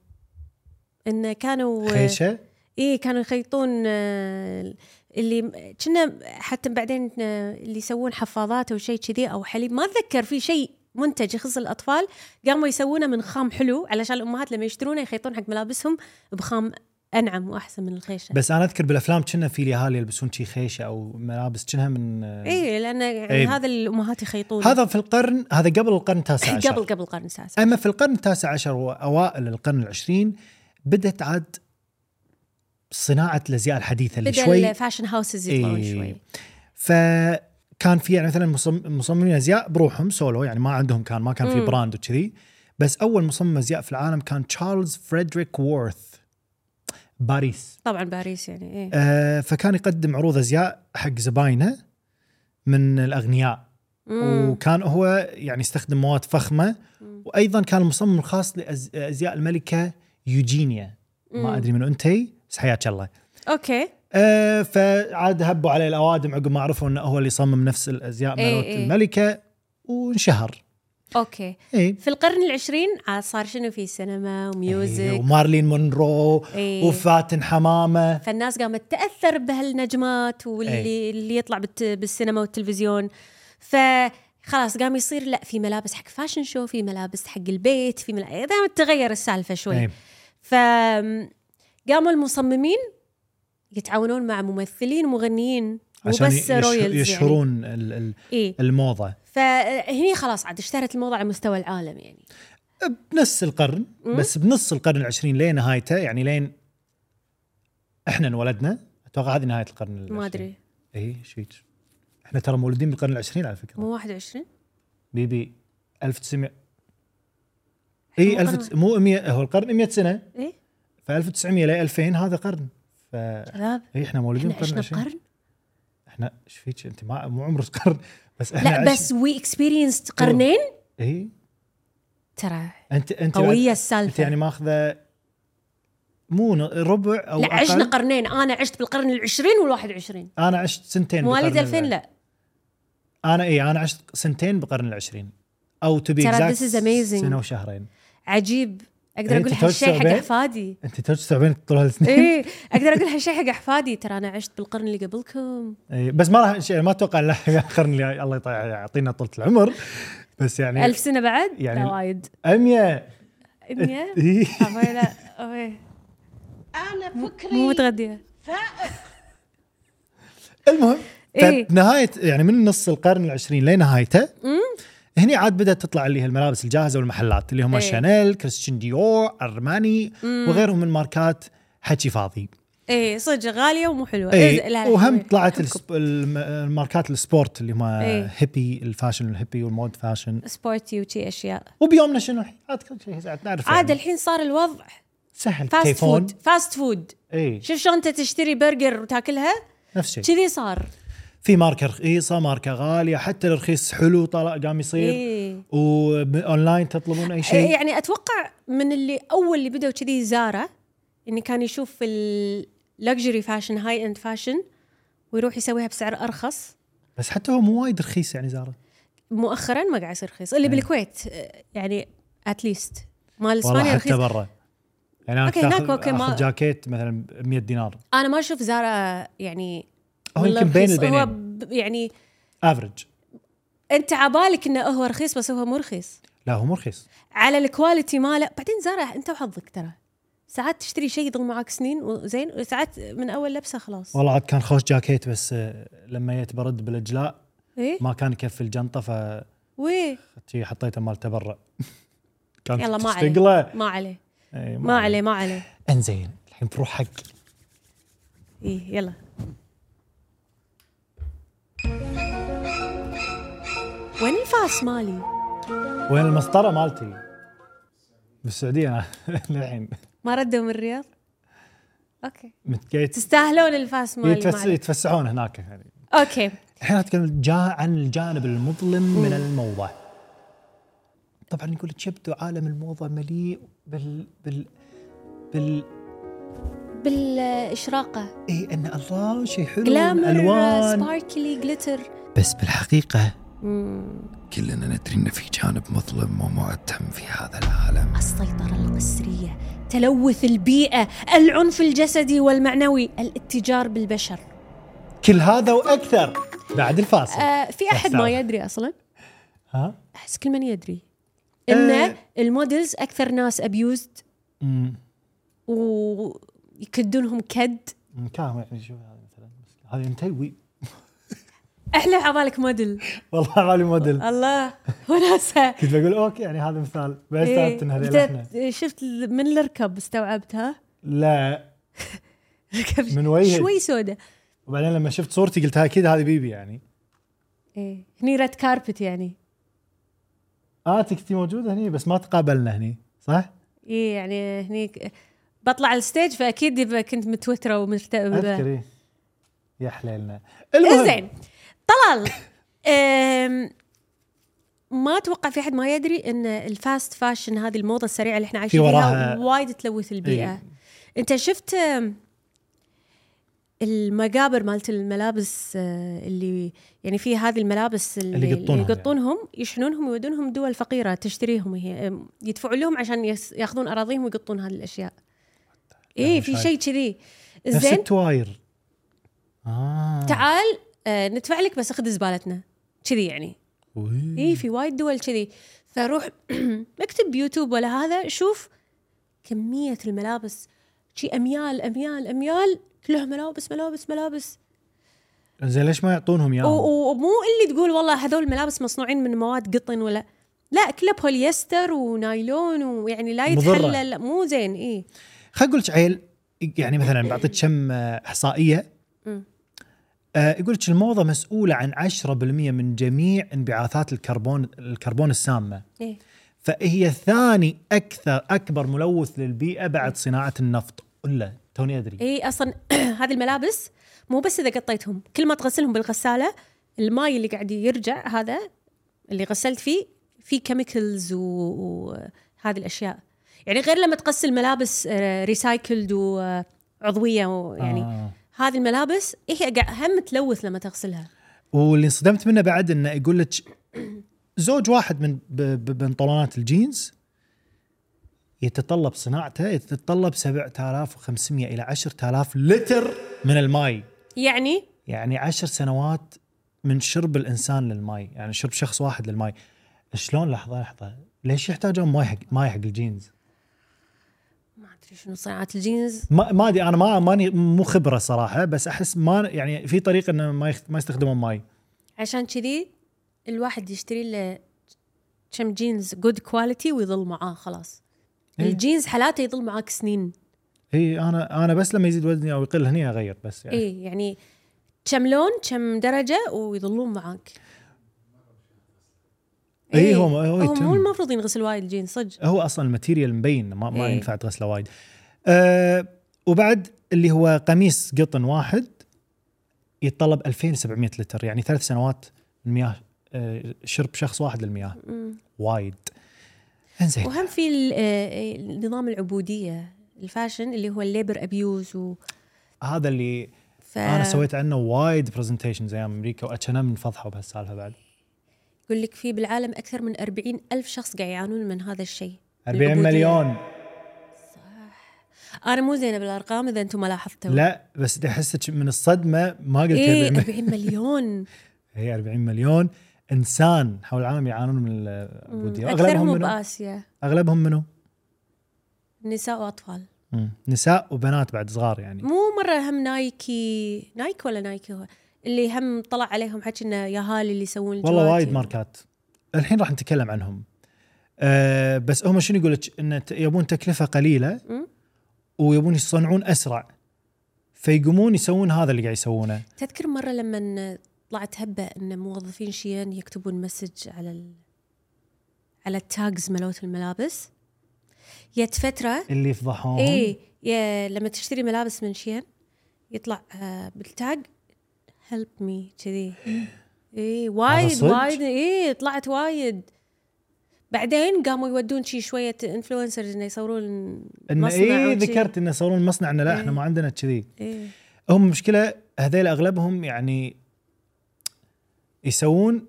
انه كانوا
خيشه
ايه كانوا يخيطون آه، اللي كنا حتى بعدين آه، اللي يسوون حفاضات او شيء كذي او حليب ما اتذكر في شيء منتج يخص الاطفال قاموا يسوونه من خام حلو علشان الامهات لما يشترونه يخيطون حق ملابسهم بخام انعم واحسن من الخيشه
بس انا اذكر بالافلام كنا في لهال يلبسون شي خيشه او ملابس كنا من
اي لان يعني
إي.
هذا الامهات يخيطون
إيه.
*laughs*
هذا في القرن هذا قبل القرن التاسع عشر
إيه، قبل قبل القرن التاسع
اما في القرن التاسع عشر واوائل القرن العشرين بدات عاد صناعه الازياء الحديثه اللي
بدا
شوي إيه.
الفاشن هاوسز يطلعون
إي.
شوي
فكان في يعني مثلا مصم- مصممين ازياء بروحهم سولو يعني ما عندهم كان ما كان في
مم.
براند وكذي بس اول مصمم ازياء في العالم كان تشارلز فريدريك وورث باريس
طبعا باريس يعني ايه
آه فكان يقدم عروض ازياء حق زباينه من الاغنياء
مم.
وكان هو يعني يستخدم مواد فخمه وايضا كان المصمم الخاص لازياء الملكه يوجينيا ما
مم.
ادري من انتي بس حياك الله
اوكي
آه، فعاد هبوا عليه الاوادم عقب ما عرفوا انه هو اللي صمم نفس الازياء
إي
مالت
إي.
الملكه وانشهر إيه.
اوكي
اي
في القرن العشرين عاد صار شنو في سينما
أيوه.
وميوزك
إيه، ومارلين مونرو
إي.
وفاتن حمامه
فالناس قامت تاثر بهالنجمات واللي
إي.
اللي يطلع بالت... بالسينما والتلفزيون فخلاص قام يصير لا في ملابس حق فاشن شو في ملابس حق البيت في ملابس قامت تغير السالفه شوي
إي.
فقاموا المصممين يتعاونون مع ممثلين ومغنيين
عشان
وبس
يش-
رويالز
يشهرون ال- ال-
يعني. إيه؟
الموضه
فهني خلاص عاد اشتهرت الموضه على مستوى العالم يعني
بنفس القرن
مم.
بس بنص القرن العشرين لين نهايته يعني لين احنا انولدنا اتوقع هذه نهايه القرن العشرين
ما ادري
اي شو هيك. احنا ترى مولودين بالقرن العشرين على فكره
مو 21
بيبي 1900
مو
اي
قرن
1000 مو 100 هو القرن 100 سنه
ايه
ف 1900 ل 2000 هذا قرن ف إي
شباب
احنا مولودين
احنا
بالقرن
عشنا
العشرين
بقرن
احنا ايش فيك انت ما مو عمرك قرن بس احنا
لا بس وي اكسبيرينس قرنين
اي
ترى
انت انت
قويه
بعد- انت
السالفه
يعني ماخذه مو ن- ربع او
لا عشنا
أقل.
قرنين انا عشت بالقرن العشرين والواحد وعشرين
انا عشت سنتين
مواليد
بالقرن
2000
ال-
لا
انا اي انا إيه، عشت سنتين بقرن العشرين او تو بي
ترى this is amazing.
سنه وشهرين
عجيب اقدر
إيه،
اقول
أنت
هالشيء حق
تعرف *laughs*
احفادي
انت تو تستوعبين طول هالسنين
ايه اقدر اقول هالشيء حق احفادي ترى انا عشت بالقرن اللي قبلكم
إي، إيه، بس ما راح يعني ما اتوقع إن راح ياخرني الله يطلع- يعطينا طولة العمر بس يعني
ألف سنه بعد
يعني- *laughs*
لا وايد
100
إني-
إي.
أبا لا أبا.
أنا فكري
مو متغديه
المهم
إيه.
فبنهايه يعني من نص القرن العشرين لنهايته هني عاد بدات تطلع اللي هي الملابس الجاهزه والمحلات اللي هم
إيه.
شانيل، كريستيان ديور، ارماني وغيرهم من ماركات حكي فاضي.
ايه صدق غاليه ومو حلوه إيه، لا،
اي
لا،
وهم
حلوة.
طلعت
أحبكم.
السب- الم- الماركات السبورت اللي هم
إيه.
هيبي الفاشن الهيبي والمود فاشن
سبورتي وشي اشياء
وبيومنا شنو الحين؟ عاد كل شيء نعرف
عاد
يعني.
الحين صار الوضع
سهل
فاست
تليفون
فود فاست فود
اي
شوف شلون انت تشتري برجر وتاكلها
نفس الشيء
كذي صار
في ماركه رخيصه ماركه غاليه حتى الرخيص حلو طلع قام يصير
إيه.
واونلاين تطلبون اي شيء
يعني اتوقع من اللي اول اللي بدأوا كذي زارا انه كان يشوف اللكجري فاشن هاي اند فاشن ويروح يسويها بسعر ارخص
بس حتى هو مو وايد رخيص يعني زاره
مؤخرا ما قاعد يصير رخيص اللي بالكويت آه، يعني اتليست مال
إيه. والله
اسبانيا
حتى
رخيص
برا يعني انا
أوكي،
كنت
هناك أوكي،
اخذ
ما-
آخذ جاكيت مثلا ب 100 دينار
انا ما اشوف زارا يعني
هو
والله
يمكن بين
رخيص. هو
البينين
ب- يعني
افرج
انت عبالك انه هو رخيص بس هو مو رخيص
لا هو مو رخيص
على الكواليتي ماله بعدين زارا انت وحظك ترى ساعات تشتري شيء يضل معك سنين وزين وساعات من اول لبسه خلاص
والله عاد كان خوش جاكيت بس آه، لما جيت برد بالاجلاء
ايه
ما كان يكفي الجنطه ف
وي
شي حطيته مال تبرع *laughs* كان
يلا ما عليه
تستقله.
ما عليه
إي،
ما عليه ما عليه
انزين الحين بروح حق
ايه يلا وين الفاس مالي؟
وين المسطره مالتي؟ بالسعوديه انا *laughs* للحين
ما ردوا من الرياض؟ اوكي
متقيت
تستاهلون الفاس مالي ما
يتفس
عليه.
يتفسحون هناك يعني
اوكي
الحين اتكلم جا عن الجانب المظلم من الموضه طبعا يقول لك يبدو عالم الموضه مليء بال بال بال
بالاشراقه
اي ان الله شيء حلو
جلامر
الوان
سباركلي جلتر
بس بالحقيقه
كلنا ندري ان في جانب مظلم ومؤتم في هذا العالم
السيطره القسريه تلوث البيئه العنف الجسدي والمعنوي الاتجار بالبشر
كل هذا واكثر بعد الفاصل
آه في احد ما
أستاذ.
يدري اصلا
ها
احس كل من يدري ان
آه.
المودلز اكثر ناس ابيوزد
أمم.
ويكدونهم كد
أمم، كام يعني شوف هذا مثلا بس هذه انتوي
احلى عبالك موديل
والله علي موديل
الله
*laughs*
وناسه
كنت بقول اوكي يعني هذا مثال بعدين استوعبت ان هذه لحنه
إيه، شفت من الركب استوعبت ها *laughs*
لا
ركب
من وجهك.
شوي سوداء
وبعدين لما شفت صورتي قلت اكيد هذه بيبي يعني
ايه هني ريد كاربت يعني
اه تكتي موجوده هني بس ما تقابلنا هني صح؟
ايه يعني هنيك بطلع على الستيج فاكيد يبقى كنت متوتره
اذكر
ومرتبه
إيه. يا حليلنا
زين طلال *laughs* أم، ما اتوقع في احد ما يدري ان الفاست فاشن هذه الموضه السريعه اللي احنا عايشين فيها
وراها-
وايد تلوث البيئه
إيه.
انت شفت أم، المقابر مالت الملابس أه، اللي يعني في هذه الملابس اللي,
اللي
اللي
يقطونها
يقطونهم يشحنونهم ويودونهم دول فقيره تشتريهم هي أم، يدفعون لهم عشان يس- ياخذون اراضيهم ويقطون هذه الاشياء اي في
يعني شايف.
شيء كذي
نفس
زين
التواير اه
تعال آه، ندفع لك بس اخذ زبالتنا كذي يعني
وي.
اي في وايد دول كذي فروح *clears throat* اكتب بيوتيوب ولا هذا شوف كمية الملابس شي أميال أميال أميال كلها ملابس ملابس ملابس
زين ليش ما يعطونهم
و-
اياهم؟
و- ومو اللي تقول والله هذول الملابس مصنوعين من مواد قطن ولا لا كلها بوليستر ونايلون ويعني لا
مضرة.
يتحلل مو زين إيه. اي
خل اقول لك عيل يعني مثلا بعطيك كم آه، احصائيه
مم.
آه، يقول لك الموضه مسؤوله عن 10% من جميع انبعاثات الكربون الكربون السامه
ايه
فهي ثاني اكثر اكبر ملوث للبيئه بعد صناعه النفط ولا توني ادري
اي اصلا إيه، *clears throat* هذه الملابس مو بس اذا قطيتهم كل ما تغسلهم بالغساله الماي اللي قاعد يرجع هذا اللي غسلت فيه في كيميكلز وهذه الاشياء يعني غير لما تغسل ملابس آه، ريسايكلد وعضويه آه، يعني آه.
آه.
هذه الملابس هي قاع- هم تلوث لما تغسلها
واللي انصدمت منه بعد انه يقول لك زوج واحد من ب- ب- بنطلونات الجينز يتطلب صناعته يتطلب 7500 الى 10000 لتر من الماي
يعني
يعني عشر سنوات من شرب الانسان للماي يعني شرب شخص واحد للماي شلون لحظه لحظه ليش يحتاجون ماي حق ماي حق الجينز
ما ادري شنو صناعات الجينز
ما ما ادري انا ما ماني مو خبره صراحه بس احس ما يعني في طريقه انه ما يخت- ما يستخدمون ماي
عشان كذي الواحد يشتري له كم جينز جود كواليتي ويظل معاه خلاص
إيه.
الجينز حالاته يظل معاك سنين
اي انا انا بس لما يزيد وزني او يقل هني اغير بس يعني
اي يعني كم لون كم درجه ويظلون معاك
إي، هو- هو
هو
إيه، يتم.
مو المفروض ينغسل وايد الجين صدق
هو اصلا الماتيريال مبين ما, ما
إيه.
ينفع تغسله وايد أه وبعد اللي هو قميص قطن واحد يتطلب 2700 لتر يعني ثلاث سنوات المياه أه شرب شخص واحد للمياه وايد انزين
وهم في ال- آه، آه، نظام العبوديه الفاشن اللي هو الليبر ابيوز و
هذا اللي
ف...
انا سويت عنه وايد برزنتيشنز ايام امريكا واتشنا منفضحوا بهالسالفه بعد
يقول لك في بالعالم اكثر من 40 الف شخص قاعد يعانون من هذا الشيء
40
العبودية.
مليون
انا مو زينه بالارقام اذا انتم ما لاحظتوا
لا بس احس من الصدمه ما قلت
ايه
40
40
*laughs*
مليون
هي 40 مليون انسان حول العالم يعانون من العبوديه اغلبهم
اكثرهم
منو؟
باسيا
اغلبهم منو؟
نساء واطفال
مم. نساء وبنات بعد صغار يعني
مو مره هم نايكي نايك ولا نايكي هو اللي هم طلع عليهم حكي انه يا هالي اللي يسوون
والله
الجواتي.
وايد ماركات الحين راح نتكلم عنهم أه بس هم شنو يقول لك ان ت- يبون تكلفه قليله
مم.
ويبون يصنعون اسرع فيقومون يسوون هذا اللي قاعد يسوونه
تذكر مره لما طلعت هبه ان موظفين شيان يكتبون مسج على ال... على التاجز ملوت الملابس جت فتره
اللي يفضحون
اي إيه، يا- لما تشتري ملابس من شين يطلع آه، بالتاج هيلب مي
*gasps*
كذي اي وايد
صدق؟
وايد اي طلعت وايد بعدين قاموا يودون شي شويه انفلونسرز انه يصورون
ان اي
مصنع وشي.
إيه، ذكرت انه يصورون مصنع انه لا
إيه.
احنا ما عندنا كذي
إيه.
هم مشكلة هذيل اغلبهم يعني يسوون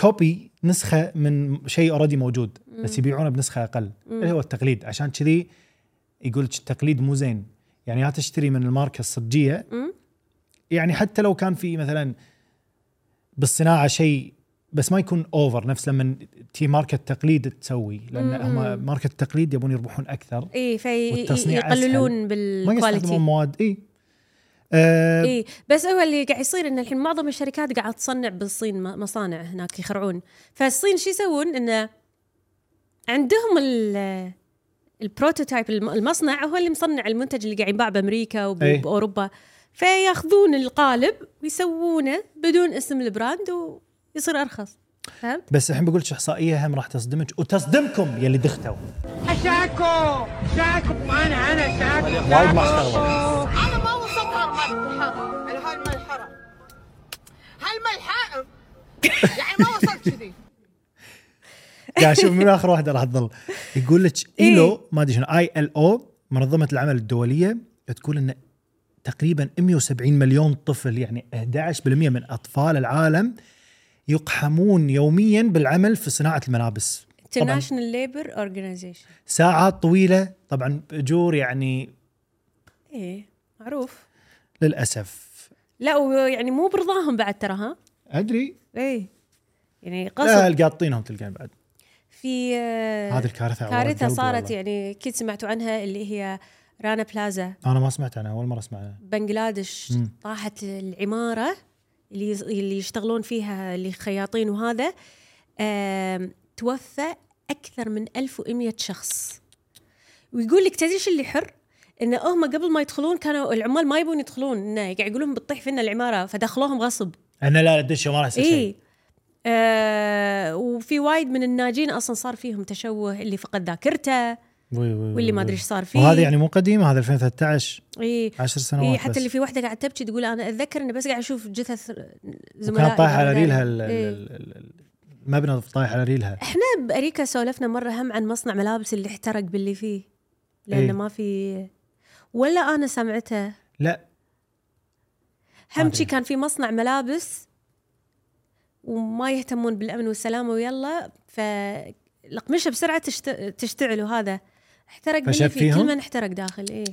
كوبي نسخة من شيء اوريدي موجود بس يبيعونه بنسخة اقل اللي هو التقليد عشان كذي يقول لك التقليد مو زين يعني لا تشتري من الماركة الصجية
مم.
يعني حتى لو كان في مثلا بالصناعة شيء بس ما يكون اوفر نفس لما تي ماركت تقليد تسوي لان هم ماركت تقليد يبون يربحون اكثر
اي
والتصنيع
فيقللون
ما يستخدمون
بالكواليتي
مواد اي آه
اي إيه، بس هو اللي قاعد يصير ان الحين معظم الشركات قاعد تصنع بالصين م- مصانع هناك يخرعون فالصين شو يسوون انه عندهم ال البروتوتايب الم- المصنع هو اللي مصنع المنتج اللي قاعد ينباع بامريكا
إي.
وب- وباوروبا فياخذون القالب ويسوونه بدون اسم البراند ويصير ارخص فهمت؟
بس الحين بقول لك احصائيه هم راح تصدمك وتصدمكم يلي دختوا *laughs*
شاكو شاكو انا انا شاكو
وايد ما اشتغلوا
انا ما وصلت هالمرحله على هالمرحله هالمرحله يعني ما وصلت كذي
قاعد اشوف من اخر واحده راح تظل يقول لك
إيه.
ايلو ما ادري شنو اي ال او منظمه العمل الدوليه تقول ان تقريبا 170 مليون طفل يعني 11% من اطفال العالم يقحمون يوميا بالعمل في صناعه الملابس طبعا
International ليبر اورجنايزيشن
ساعات طويله طبعا اجور يعني
ايه معروف
للاسف
لا ويعني مو برضاهم بعد ترى ها
ادري
ايه يعني
لا
قصد
القاطينهم تلقين بعد
في آه،
هذه الكارثه عوار
كارثه
قلبي
صارت
والله.
يعني اكيد سمعتوا عنها اللي هي رانا بلازا
انا ما سمعت عنها اول مره اسمع عنها
بنغلاديش
مم.
طاحت العماره اللي اللي يشتغلون فيها اللي خياطين وهذا آم، توفى اكثر من 1100 شخص ويقول لك تدري شو اللي حر؟ انه هم قبل ما يدخلون كانوا العمال ما يبون يدخلون انه قاعد يقولون بتطيح فينا العماره فدخلوهم غصب
انا لا دشوا ما راح يصير شيء
اي آه وفي وايد من الناجين اصلا صار فيهم تشوه اللي فقد ذاكرته
وي- وي-
واللي ما
وي.
ادري ايش صار فيه
وهذا يعني مو قديمه هذا 2013
اي
10 سنوات
اي
بس.
حتى اللي في واحده قاعده تبكي تقول انا اتذكر اني بس قاعد اشوف جثث زملائي
كان طايح على
وهذا.
ريلها ال-
إيه.
ال- ال- ال- المبنى طايح على ريلها
احنا باريكا سولفنا مره هم عن مصنع ملابس اللي احترق باللي فيه لانه
إيه.
ما في ولا انا سمعته
لا ما
هم
أدري.
شي كان في مصنع ملابس وما يهتمون بالامن والسلامه ويلا فالقمشه بسرعه تشت... تشتعل وهذا احترق
فشب
باللي فيه
فيهم؟
كل من احترق داخل ايه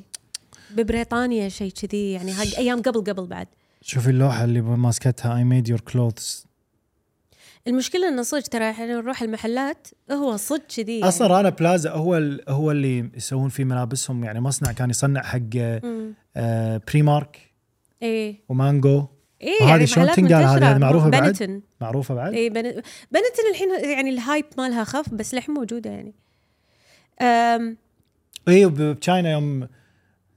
ببريطانيا شيء كذي يعني هاك ايام قبل قبل بعد
شوفي اللوحه اللي ماسكتها اي ميد يور كلوثز
المشكله انه صدق ترى احنا نروح المحلات هو صدق كذي يعني.
اصلا رانا بلازا هو ال- هو اللي يسوون فيه ملابسهم يعني مصنع كان يصنع حق
مم.
آه بريمارك
ايه
ومانجو
ايه
وهذه شلون تنقال هذه؟ هذه معروفة بعد؟
بنتن
معروفه بعد
اي بنتن بنتن إيه، الحين يعني الهايب مالها خف بس لحم موجوده يعني أم
اي وب- بتشاينا إيه، يوم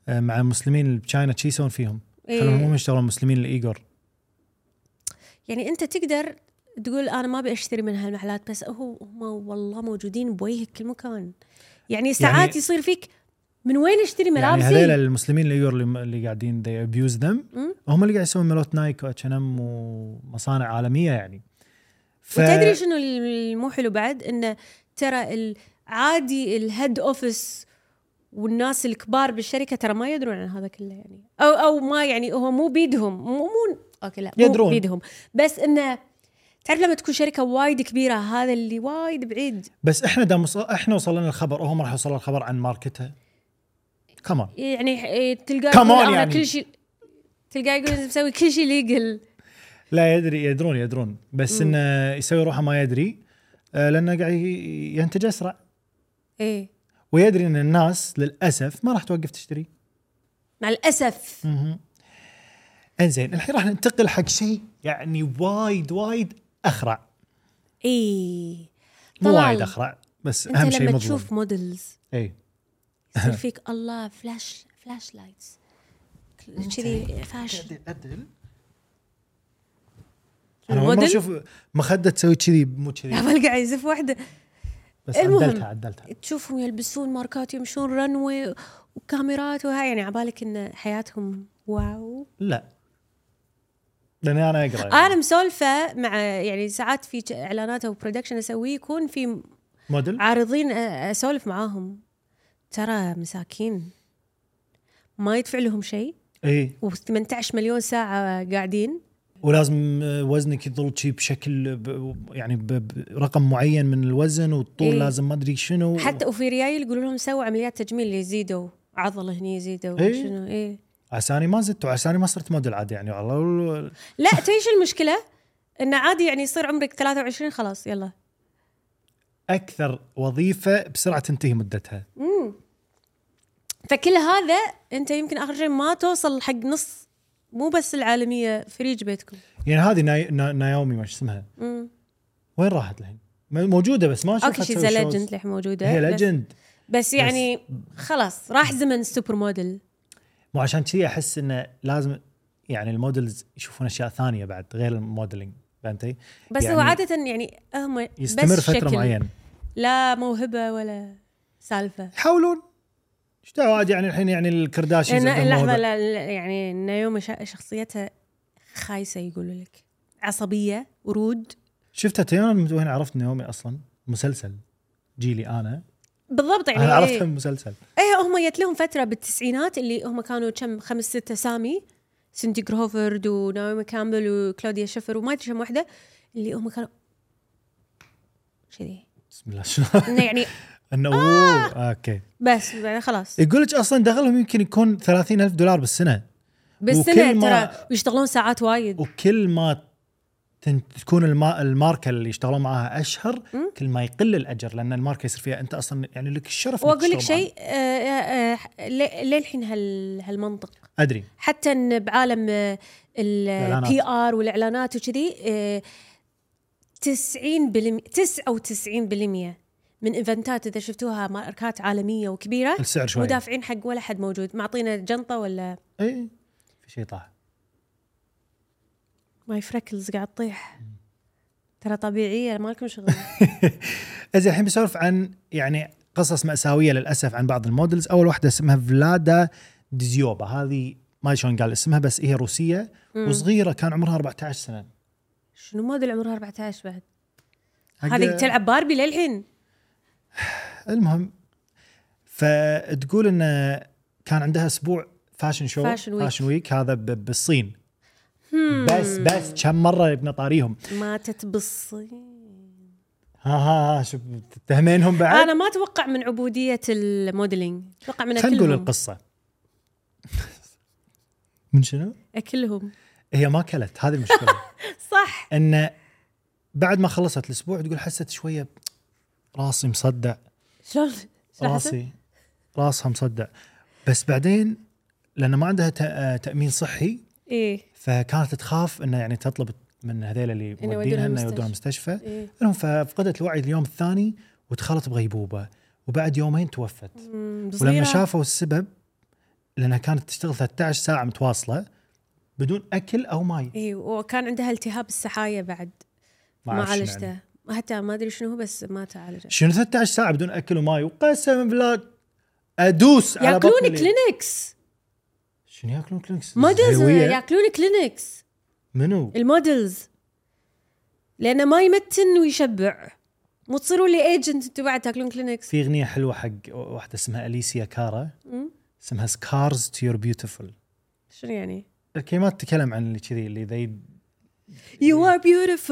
آه، مع المسلمين اللي بتشاينا شي يسوون فيهم خلوهم هم
إيه
يشتغلون مسلمين الايجور
يعني انت تقدر تقول انا ما ابي اشتري من هالمحلات بس هو هم والله موجودين بوجهك كل مكان يعني ساعات
يعني-
يصير فيك من وين اشتري
يعني
ملابسي؟
هذول المسلمين الايجور اللي, اللي قاعدين they abuse them
مم.
هم اللي قاعد يسوون ملوت نايك واتش ام ومصانع عالميه يعني ف...
وتدري شنو المو حلو بعد انه ترى ال- عادي الهيد اوفيس والناس الكبار بالشركه ترى ما يدرون عن هذا كله يعني او او ما يعني هو مو بيدهم مو مو اوكي لا مو
يدرون.
بيدهم بس انه تعرف لما تكون شركه وايد كبيره هذا اللي وايد بعيد
بس احنا دام وص... احنا وصلنا الخبر وهم راح يوصلوا الخبر عن ماركتها كمان
يعني ح- إيه، تلقاه
Come
يقول
on
أنا
يعني.
كل شيء تلقاه يقول مسوي كل شيء ليجل
لا يدري يدرون يدرون بس
مم.
انه يسوي روحه ما يدري آه، لانه قاعد ي- ينتج اسرع
ايه
ويدري ان الناس للاسف ما راح توقف تشتري
مع الاسف
مهم. انزين الحين راح ننتقل حق شيء يعني وايد وايد اخرع
ايه
مو
طلال،
وايد اخرع بس
انت
اهم
لما
شيء مظلوم إيه.
تشوف مودلز
اي
يصير فيك الله فلاش فلاش لايتس كذي فاش
انا أول مره اشوف مخده تسوي كذي مو كذي
قبل قاعد يزف واحده
بس
المهم.
عدلتها عدلتها
تشوفهم يلبسون ماركات يمشون رنوي وكاميرات وها يعني عبالك ان حياتهم واو
لا لاني انا اقرا يعني.
انا مسولفه مع يعني ساعات في ج- اعلانات او برودكشن اسويه يكون في
موديل
عارضين أ- اسولف معاهم ترى مساكين ما يدفع لهم شيء
اي
و18 مليون ساعه قاعدين
ولازم آه، وزنك يظل شي بشكل ب... يعني ب... برقم معين من الوزن والطول
إيه.
إيه؟ لازم ما ادري شنو
حتى وفي ريايل يقولوا لهم سووا عمليات تجميل ليزيدوا عضله هني يزيدوا
إيه.
شنو ايه
عساني ما زدت وعساني ما صرت موديل عادي يعني والله
لا تيش المشكله انه عادي يعني يصير عمرك 23 خلاص يلا
اكثر وظيفه بسرعه تنتهي مدتها
فكل هذا انت يمكن اخر شيء ما توصل حق نص مو بس العالميه فريج بيتكم
يعني هذه ناي... نا... نايومي ما شو اسمها
مم.
وين راحت الحين م- موجوده بس ما شفتها
اوكي شي
تسوي
ذا
shows.
ليجند اللي موجوده
هي
بس-
ليجند
بس يعني خلاص راح زمن السوبر موديل
مو عشان كذي احس انه لازم يعني المودلز يشوفون اشياء ثانيه بعد غير الموديلينج فهمتي؟
بس
يعني
هو عاده يعني هم
يستمر
بس
فتره
شكل.
معينه
لا موهبه ولا سالفه
يحاولون ايش دعوه عاد يعني الحين يعني الكرداشينز
يعني
عندهم
لحظه
موهبة.
لا لا، يعني نيومي شا- شخصيتها خايسه يقولوا لك عصبيه ورود
شفتها تيانا من وين عرفت نيومي اصلا؟ مسلسل جيلي انا
بالضبط يعني
انا عرفتها
إيه.
من مسلسل
ايه هم جت لهم فتره بالتسعينات اللي هم كانوا كم خمس ست اسامي سندي جروفرد وناومي كامبل وكلوديا شفر وما ادري كم واحده اللي هم كانوا كذي
بسم الله شنو *laughs*
انه يعني
انه اوه
آه.
اوكي
بس يعني خلاص
يقول لك اصلا دخلهم يمكن يكون 30000 دولار بالسنه وكل
بالسنه
ما-
ترى ويشتغلون ساعات وايد
وكل ما تن- تكون الما الماركه اللي يشتغلون معاها اشهر كل ما يقل الاجر لأن الماركه يصير فيها انت اصلا يعني لك الشرف إنك
واقول لك
تشتغل معاها.
شيء آه، آه، آه، لي- للحين هال- هالمنطق
ادري
حتى إن بعالم آه، البي
الإعلانات.
ار والاعلانات وكذي آه، 90% 99% من ايفنتات اذا شفتوها ماركات عالميه وكبيره
السعر شوي
ودافعين حق ولا حد موجود معطينا جنطه ولا
اي إيه، في شيء طاح
ماي فريكلز قاعد تطيح ترى طبيعيه ما
*laughs*
لكم شغل
زين الحين بسولف عن يعني قصص مأساوية للأسف عن بعض المودلز أول واحدة اسمها فلادا ديزيوبا هذه ما أدري شلون قال اسمها بس هي روسية وصغيرة كان عمرها 14 سنة
شنو موديل عمرها 14 بعد
حق-
هذه تلعب باربي للحين
المهم فتقول انه كان عندها اسبوع فاشن شو
فاشن ويك.
فاشن ويك هذا ب- بالصين بس بس كم مره يبنى طاريهم
ماتت بالصين
ها ها ها شو تتهمينهم بعد
انا ما اتوقع من عبوديه الموديلينج اتوقع من
خلينا نقول
اكلهم
القصه *laughs* من شنو؟
اكلهم
هي ما اكلت هذه المشكله
صح
ان بعد ما خلصت الاسبوع تقول حست شويه راسي مصدع
شلون شلون حسن؟
راسي راسها مصدع بس بعدين لان ما عندها تأ- آه، تامين صحي
ايه
فكانت تخاف انه يعني تطلب من هذيل اللي
إنه
مودينها انه
يودونها
يودونها
إيه.
المستشفى المهم ففقدت الوعي اليوم الثاني وتخلط بغيبوبه وبعد يومين توفت
مم،
ولما
صغيرة.
شافوا السبب لانها كانت تشتغل 13 ساعه متواصله بدون اكل او ماي
ايه وكان عندها التهاب السحاية بعد
ما
ما
أعرف شنو
عالجته
يعني.
حتى ما ادري شنو هو بس ما تعالجه
شنو 13 ساعه بدون اكل وماي وقسم بالله ادوس على بطني
ياكلون كلينكس
شنو ياكلون كلينكس
مودلز
زهوية؟
ياكلون كلينكس
منو
المودلز لانه ما يمتن ويشبع مو تصيروا لي ايجنت انتوا بعد تاكلون كلينكس
في اغنيه حلوه حق واحده اسمها اليسيا كارا
مم.
اسمها سكارز تو يور بيوتيفول
شنو يعني؟
الكلمات تتكلم عن اللي كذي اللي ذي
You are beautiful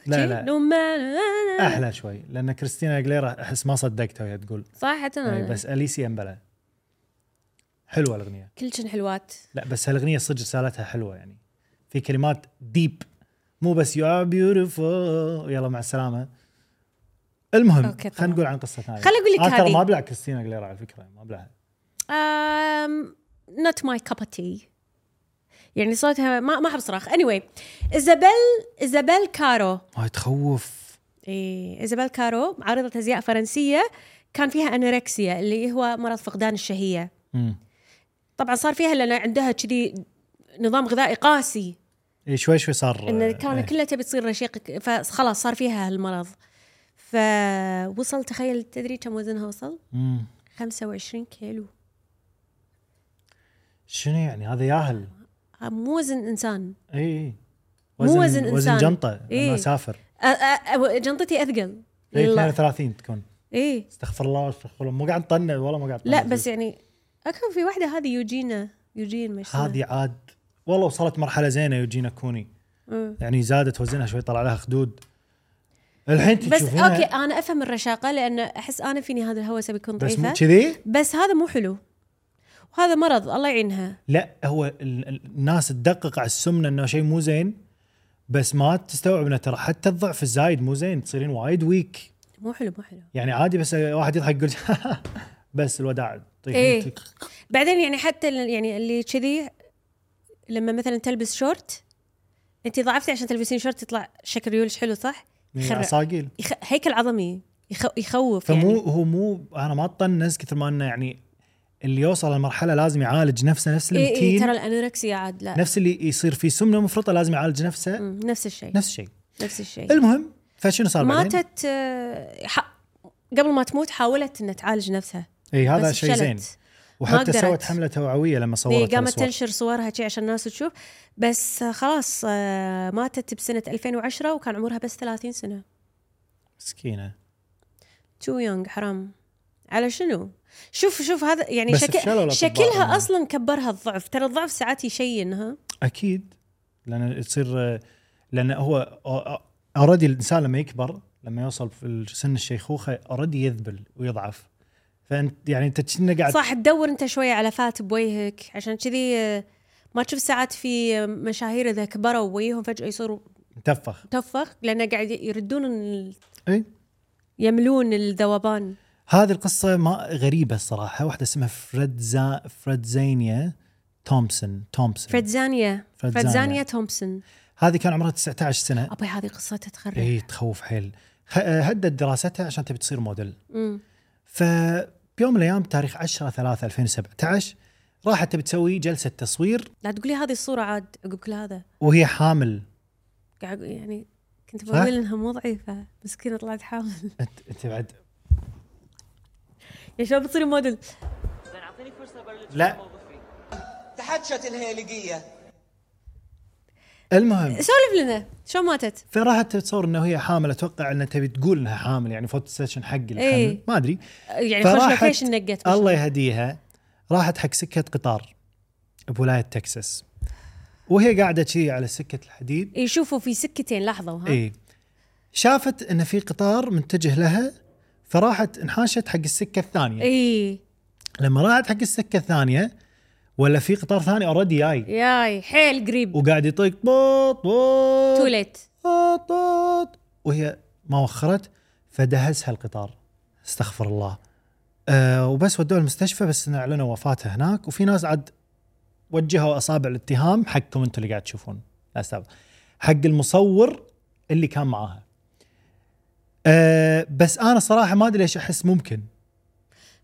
إيه. لا، لا. آه.
no matter
احلى شوي لان كريستينا اجليرا احس ما صدقتها وهي تقول
صح حتى
يعني
انا
بس اليسيا امبلا حلوه الاغنيه
كل شن حلوات
لا بس هالاغنيه صدق رسالتها حلوه يعني في كلمات ديب مو بس يو ار بيوتيفول يلا مع السلامه المهم
أوكي،
خلينا
تمام.
نقول عن قصه ثانيه
خل أقول لك
أنا ترى
هذه.
ما ابلع كريستينا اجليرا على فكره ما ابلعها
um, not my cup of tea يعني صوتها ما ما احب صراخ anyway ايزابيل ايزابيل كارو
هاي تخوف
إيه ايزابيل كارو عارضة ازياء فرنسية كان فيها انوركسيا اللي هو مرض فقدان الشهية
امم
طبعا صار فيها لان عندها كذي نظام غذائي قاسي
إيه شوي شوي صار
ان
إيه.
كان كلها تبي تصير رشيق فخلاص صار فيها هالمرض فوصل تخيل تدري كم وزنها وصل؟
مم.
25 كيلو
شنو يعني هذا ياهل
ها آه، مو وزن انسان
اي اي
مو وزن
وزن
إنسان.
جنطه
إيه.
لما اسافر
أ- أ- أ- جنطتي اثقل
اي
لله.
32 إيه، تكون
ايه
استغفر الله استغفر الله مو قاعد نطنع والله ما قاعد
لا
نطنع.
بس يعني اكو في واحده هذه يوجينا يوجين مش اسمها.
هذه عاد والله وصلت مرحله زينه يوجينا كوني
مم.
يعني زادت وزنها شوي طلع لها خدود الحين
بس
تشوفونها
اوكي انا افهم الرشاقه لان احس انا فيني هذا الهوس بيكون
بس مو
ضعيفه
كذي
بس هذا مو حلو وهذا مرض الله يعينها
لا هو ال- ال- الناس تدقق على السمنه انه شيء مو زين بس ما تستوعب انه ترى حتى الضعف الزايد مو زين تصيرين وايد ويك
مو حلو مو حلو
يعني عادي بس واحد يضحك يقول *laughs* بس الوداع طيب، طيح
إيه.
انت.
بعدين يعني حتى ال- يعني اللي كذي لما مثلا تلبس شورت انت ضعفتي عشان تلبسين شورت يطلع شكل ريولش حلو صح؟
يعني
خرع.
عصاقيل
يخ... هيكل عظمي يخ... يخوف
فمو
يعني
هو مو انا ما اطنز كثر ما انه يعني اللي يوصل للمرحله لازم يعالج نفسه نفس
إيه إيه
المتين
ترى الانوركسيا عاد لا
نفس اللي يصير فيه سمنه مفرطه لازم يعالج نفسه
مم، نفس الشيء
نفس الشيء
نفس الشيء
المهم فشنو صار بعدين؟
ماتت آه، ح... قبل ما تموت حاولت انها تعالج نفسها
اي إيه، هذا
بس
شيء زين
فشلت.
وحتى
قدرت.
سوت حمله توعويه لما
هي
صورت
قامت
قامت
تنشر صورها شي عشان الناس تشوف بس آه، خلاص آه، ماتت بسنه 2010 وكان عمرها بس 30 سنه
مسكينه
تو يونغ حرام على شنو؟ شوف شوف هذا يعني
بس
شك...
فشلوا الأطباء إنه-
شكلها اصلا كبرها الضعف ترى الضعف ساعات يشينها
اكيد لان تصير لان هو اوريدي الانسان لما يكبر لما يوصل في سن الشيخوخه اوريدي يذبل ويضعف فانت يعني انت كنا قاعد
صح تدور انت شويه على فات بوجهك عشان كذي آه، ما تشوف ساعات في آه، مشاهير اذا كبروا وجههم فجاه يصيروا
متفخ
تفخ لانه قاعد يردون ال-
اي
يملون الذوبان
هذه القصة ما غريبة الصراحة واحدة اسمها فريدزا فريدزانيا تومسون تومسون
فريدزانيا
فريدزانيا.
فريدزانيا تومسون
هذه كان عمرها 19 سنة
ابي هذه قصتها تخرب
اي تخوف حيل خ- هدت دراستها عشان تبي تصير موديل
مم.
فبيوم من الايام تاريخ 10 3 2017 راحت تبي تسوي جلسة تصوير
لا تقولي هذه الصوره عاد عقب كل هذا
وهي حامل
قاعد أقول- يعني كنت
صح؟
بقول انها مو ضعيفه مسكينه طلعت حامل *laughs*
انت انت بعد
يا شباب بتصيري موديل
لا
تحتشت الهالجية
المهم
سولف لنا شلون ماتت؟
فراحت تتصور انه هي حامل اتوقع انها تبي تقول انها حامل يعني فوتو سيشن حق الحمل
إيه.
ما ادري
يعني خوش
فراحت
لوكيشن نقت
الله يهديها راحت حق سكه قطار بولايه تكساس وهي قاعده شي على سكه الحديد
يشوفوا إيه، في سكتين لحظه وها
اي شافت ان في قطار متجه لها فراحت انحاشت حق السكه الثانيه
إيه. اي
لما راحت حق السكه الثانيه ولا في قطار ثاني اوريدي جاي
ياي حيل قريب
وقاعد يطيق طوط طوط
تو ليت
طوط طوط وهي ما وخرت فدهسها القطار استغفر الله أه وبس ودوها المستشفى بس إنه اعلنوا وفاتها هناك وفي ناس عاد وجهوا اصابع الاتهام حقكم انتم اللي قاعد تشوفون الاسباب حق المصور اللي كان معاها أه بس انا صراحه ما ادري ليش احس ممكن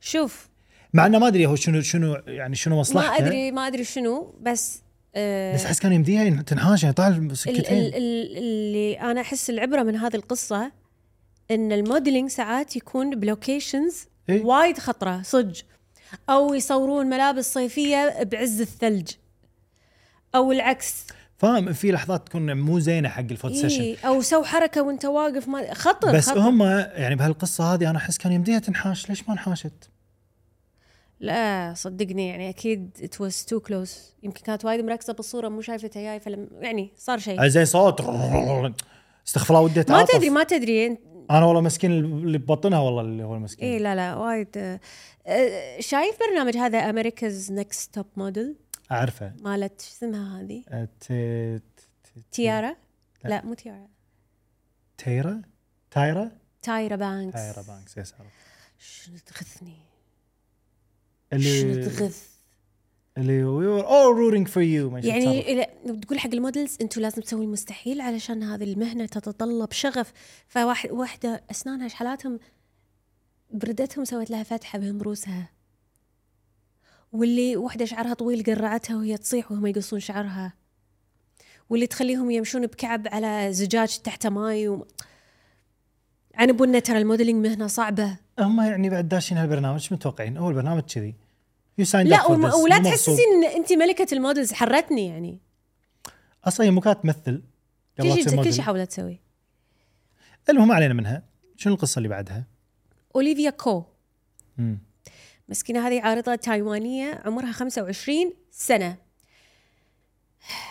شوف
مع انه ما ادري هو شنو شنو يعني شنو
ما
مصلحته
ادري ما ادري شنو بس آه،
بس احس كان يمديها إن تنحاش يعني طالع
ال-
سكتين
ال- ال- اللي انا احس العبره من هذه القصه ان الموديلينج ساعات يكون بلوكيشنز
إيه.
وايد خطره صدق او يصورون ملابس صيفيه بعز الثلج او العكس
فاهم في لحظات تكون مو زينه حق الفوتو سيشن
إيه او سو حركه وانت واقف ما خطر
بس
خطر.
هم يعني بهالقصه هذه انا احس كان يمديها تنحاش ليش ما انحاشت؟
لا صدقني يعني اكيد ات واز تو كلوز يمكن كانت وايد مركزه بالصوره مو شايفتها جاي فلم يعني صار شيء
زي صوت استغفر الله ودي
ما
اتعاطف
تدري ما تدري
انا والله مسكين اللي ببطنها والله اللي هو المسكين
اي لا لا وايد آه، آه، شايف برنامج هذا امريكاز نكست توب موديل
اعرفه
مالت شو اسمها هذه
أه، ت- ت-
تيارا لا مو تيارا
تيرا تايرا
تايرا بانكس
تايرا بانكس يس عرفت.
شنو تغثني شنو
اللي
تغث
اللي وي ور اول rooting فور يو
يعني إلى- تقول حق المودلز انتم لازم تسوي المستحيل علشان هذه المهنه تتطلب شغف فواحده اسنانها شحالاتهم بردتهم سوت لها فتحه بهم روسها واللي واحده شعرها طويل قرعتها وهي تصيح وهم يقصون شعرها واللي تخليهم يمشون بكعب على زجاج تحت ماي و... عن ابونا ترى الموديلينج مهنه صعبه
هم يعني بعد داشين هالبرنامج شو متوقعين؟ اول برنامج كذي يو ساين
لا وم... ولا تحسسين ان انت ملكه المودلز حرتني يعني
اصلا هي مو كانت تمثل قبل لا تصير
كل شيء كل شيء
موديل.
حاولت تسوي
المهم علينا منها شنو القصه اللي بعدها؟
اوليفيا كو
مم.
مسكينة هذه عارضة تايوانية عمرها 25 سنة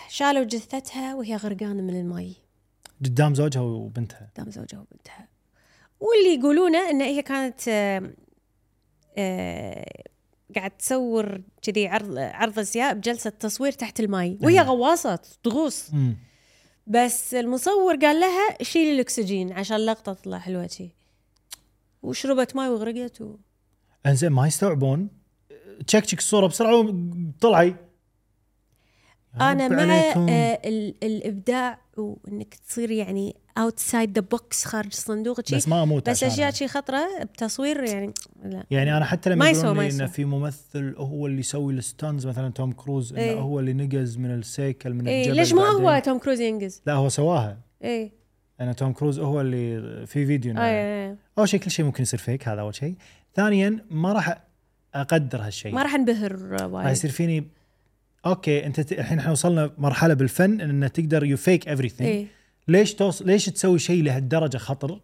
شالوا جثتها وهي غرقانة من المي
قدام زوجها وبنتها
قدام زوجها وبنتها واللي يقولونه ان هي كانت آه، آه، قاعد تصور كذي عرض عرض ازياء بجلسه تصوير تحت الماي وهي
أيوة.
غواصه تغوص
مم.
بس المصور قال لها شيلي الاكسجين عشان اللقطه تطلع حلوه شي وشربت ماي وغرقت و...
انزين ما يستوعبون تشكشك الصوره بسرعه وطلعي
انا
رب
مع
عليكم.
آه ال- الابداع وانك تصير يعني اوتسايد ذا بوكس خارج الصندوق شي
بس ما اموت
بس
عشانها.
اشياء شي خطره بتصوير يعني لا
يعني انا حتى
ما
لما
يسوى-
يقولون
ما
لي انه
يسوى.
في ممثل هو اللي يسوي الستانز مثلا توم كروز انه
إيه.
هو اللي نقز من السيكل من
اي
الجبل
إيه، ليش ما
بعدين.
هو توم كروز ينقز؟ إيه،
لا هو سواها
اي
انا توم كروز هو اللي في فيديو
آه،
إنه-
اي
اول شيء كل شيء ممكن يصير فيك هذا اول شيء ثانيا ما راح اقدر هالشيء
ما راح انبهر
راح
وايد
يصير فيني اوكي انت ت- الحين احنا وصلنا مرحله بالفن انه تقدر يو فيك ايفريثينج
اي
ليش توصل ليش تسوي شيء لهالدرجه خطر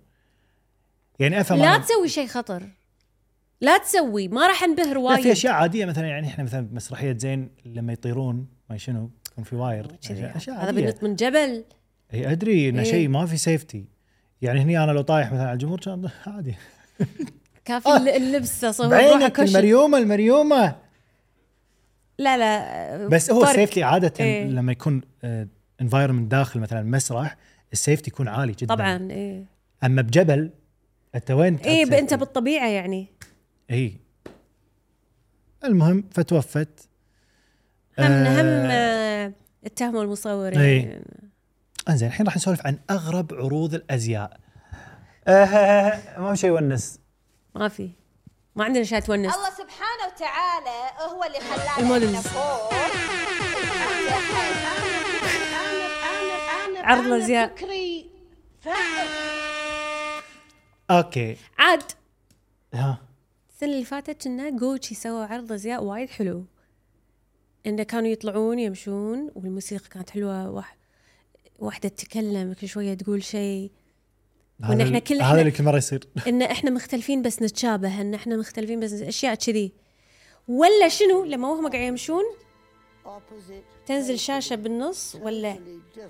يعني افهم
لا
أنا-
تسوي شيء خطر لا تسوي ما راح انبهر
لا في
وايد
اشياء عاديه مثلا يعني احنا مثلا مسرحيه زين لما يطيرون ما شنو يكون في واير يعني
كذي. يعني.
اشياء
هذا
عاديه
بنط من جبل
هي ادري انه
إيه.
شيء ما في سيفتي يعني هني انا لو طايح مثلا على الجمهور كان *laughs* عادي
طيب، كافي
آه.
الل- اللبس اصور روحك
بعينك
وش-
المريومه المريومه
لا لا
بس هو
فرق.
السيفتي عاده
إيه.
لما يكون انفايرمنت داخل مثلا مسرح السيفتي يكون عالي جدا
طبعا اي
اما بجبل انت وين
اي إيه. ب- انت بالطبيعه يعني
اي المهم فتوفت
هم
آه،
هم آه، اتهموا المصور
إيه.
يعني.
انزين الحين راح نسولف عن اغرب عروض الازياء آه، ما في شيء يونس
ما في ما عندنا اشياء تونس
الله سبحانه وتعالى هو اللي خلانا
المودلز.
إحنا فوق.
عرض الازياء
فكري
اوكي
عاد
ها
السنه اللي فاتت كنا جوتشي سووا عرض ازياء وايد حلو انه كانوا يطلعون يمشون والموسيقى كانت حلوه واح... واحده تتكلم كل شويه تقول شيء وإن
هذا
إحنا
ال-
كل-
هذا
إحنا-
اللي كل مره يصير
ان احنا مختلفين بس نتشابه ان احنا مختلفين بس اشياء كذي ولا شنو لما وهم قاعد يمشون تنزل شاشه بالنص ولا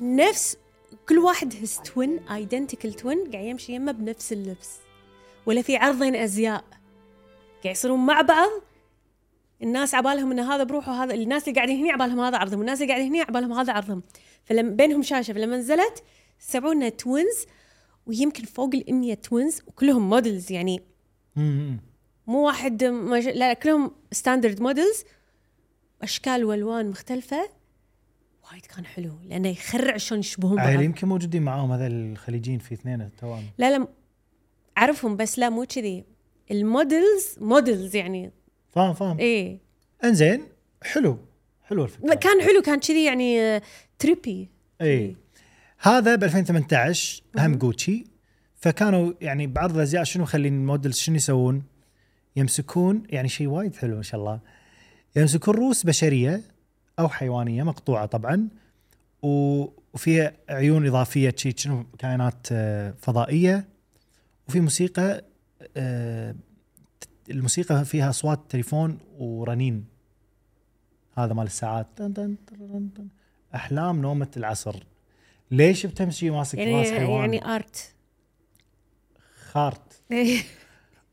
نفس كل واحد هز توين ايدنتيكال توين قاعد يمشي يمه بنفس اللبس ولا في عرضين ازياء قاعد يصيرون مع بعض الناس عبالهم ان هذا بروحه هذا الناس اللي قاعدين هنا عبالهم هذا عرضهم والناس اللي قاعدين هنا عبالهم هذا عرضهم فلما بينهم شاشه فلما نزلت سبعونا توينز ويمكن فوق ال 100 توينز وكلهم مودلز يعني
مم.
مو واحد ما ش... لا كلهم ستاندرد مودلز اشكال والوان مختلفه وايد كان حلو لانه يخرع شلون يشبهون
عيل
بعض
يمكن موجودين معاهم هذا الخليجيين في اثنين توام
لا لا اعرفهم بس لا مو كذي المودلز مودلز يعني
فاهم فاهم
ايه
انزين حلو حلو الفكره
كان حلو كان كذي يعني تريبي
اي إيه. هذا ب 2018 هم جوتشي فكانوا يعني بعرض الازياء شنو مخلين المودلز شنو يسوون؟ يمسكون يعني شيء وايد حلو ما شاء الله يمسكون رؤوس بشريه او حيوانيه مقطوعه طبعا و- وفيها عيون اضافيه شي شنو كائنات آه، فضائيه وفي موسيقى آه، الموسيقى فيها اصوات تليفون ورنين هذا مال الساعات طن طن طررن طن. احلام نومه العصر ليش بتمشي ماسك
يعني
راس حيوان يعني
يعني ارت *laughs*
خارط
ايه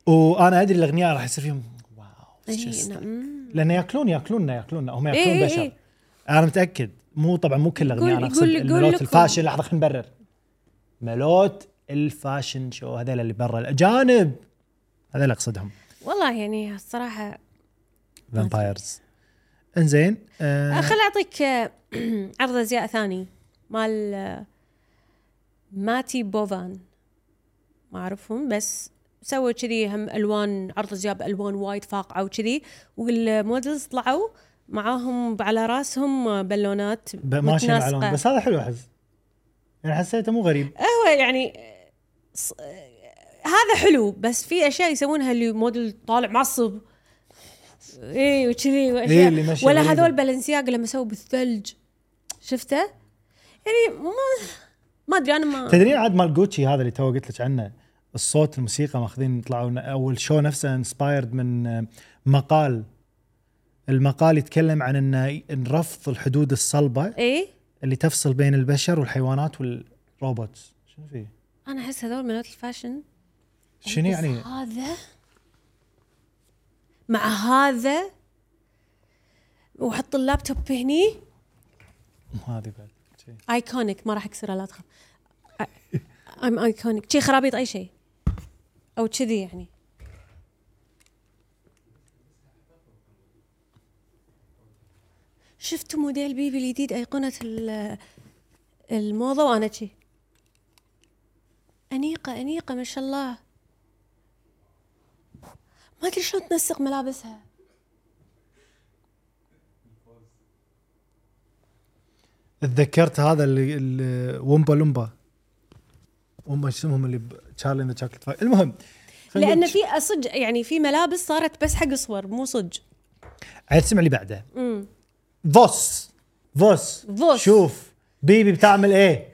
وانا ادري الاغنياء راح يصير فيهم واو
إيه، نعم.
لان ياكلون ياكلوننا ياكلوننا هم ياكلون
إيه، إيه،
بشر
إيه.
انا متاكد مو طبعا مو كل الاغنياء
يقول-
انا اقصد
يقول- يقول
الملوت
لكم.
الفاشن لحظه خلينا نبرر ملوت الفاشن شو هذول اللي برا الاجانب هذول اقصدهم
والله يعني الصراحه
فامبايرز انزين آه
خل اعطيك آه، *clears throat* عرض ازياء ثاني مال آه، ماتي بوفان ما اعرفهم بس سووا كذي هم الوان عرض ازياء بالوان وايد فاقعه وكذي والمودلز طلعوا معاهم على راسهم آه، بالونات
ب- ماشي مع
متناسقة.
لون بس هذا حلو احس يعني حسيته مو غريب
هو يعني آه، ص- آه، هذا حلو بس في اشياء يسوونها اللي موديل طالع معصب اي وكذي
إيه،
واشياء
اللي ماشي
ولا
غريبة.
هذول بلنسياغا لما سووا بالثلج شفته؟ يعني ما ما ادري انا ما
تدرين عاد مال جوتشي هذا اللي تو قلت لك عنه الصوت الموسيقى ماخذين طلعوا اول شو نفسه انسبايرد من آه، مقال المقال يتكلم عن ان إن رفض الحدود الصلبه
اي
اللي تفصل بين البشر والحيوانات والروبوتس شنو فيه؟
انا احس هذول ملوت الفاشن
شنو يعني؟
هذا مع هذا وحط اللابتوب هني
هذه بعد شيء
ايكونيك ما راح اكسرها لا تخاف ام ايكونيك شي خرابيط اي شيء او كذي يعني شفت موديل بيبي الجديد ايقونه ال- الموضه وانا شي انيقه انيقه ما شاء الله ما ادري شلون تنسق ملابسها
تذكرت هذا اللي اللي- ومبا لومبا ومبا شو اسمهم اللي تشارلي اند تشوكلت فاكتوري المهم خلينا
لان
نقول-
في صج يعني في ملابس صارت بس حق صور مو صج
عاد اسمع اللي بعده فوس فوس
فوس.
شوف بيبي بتعمل ايه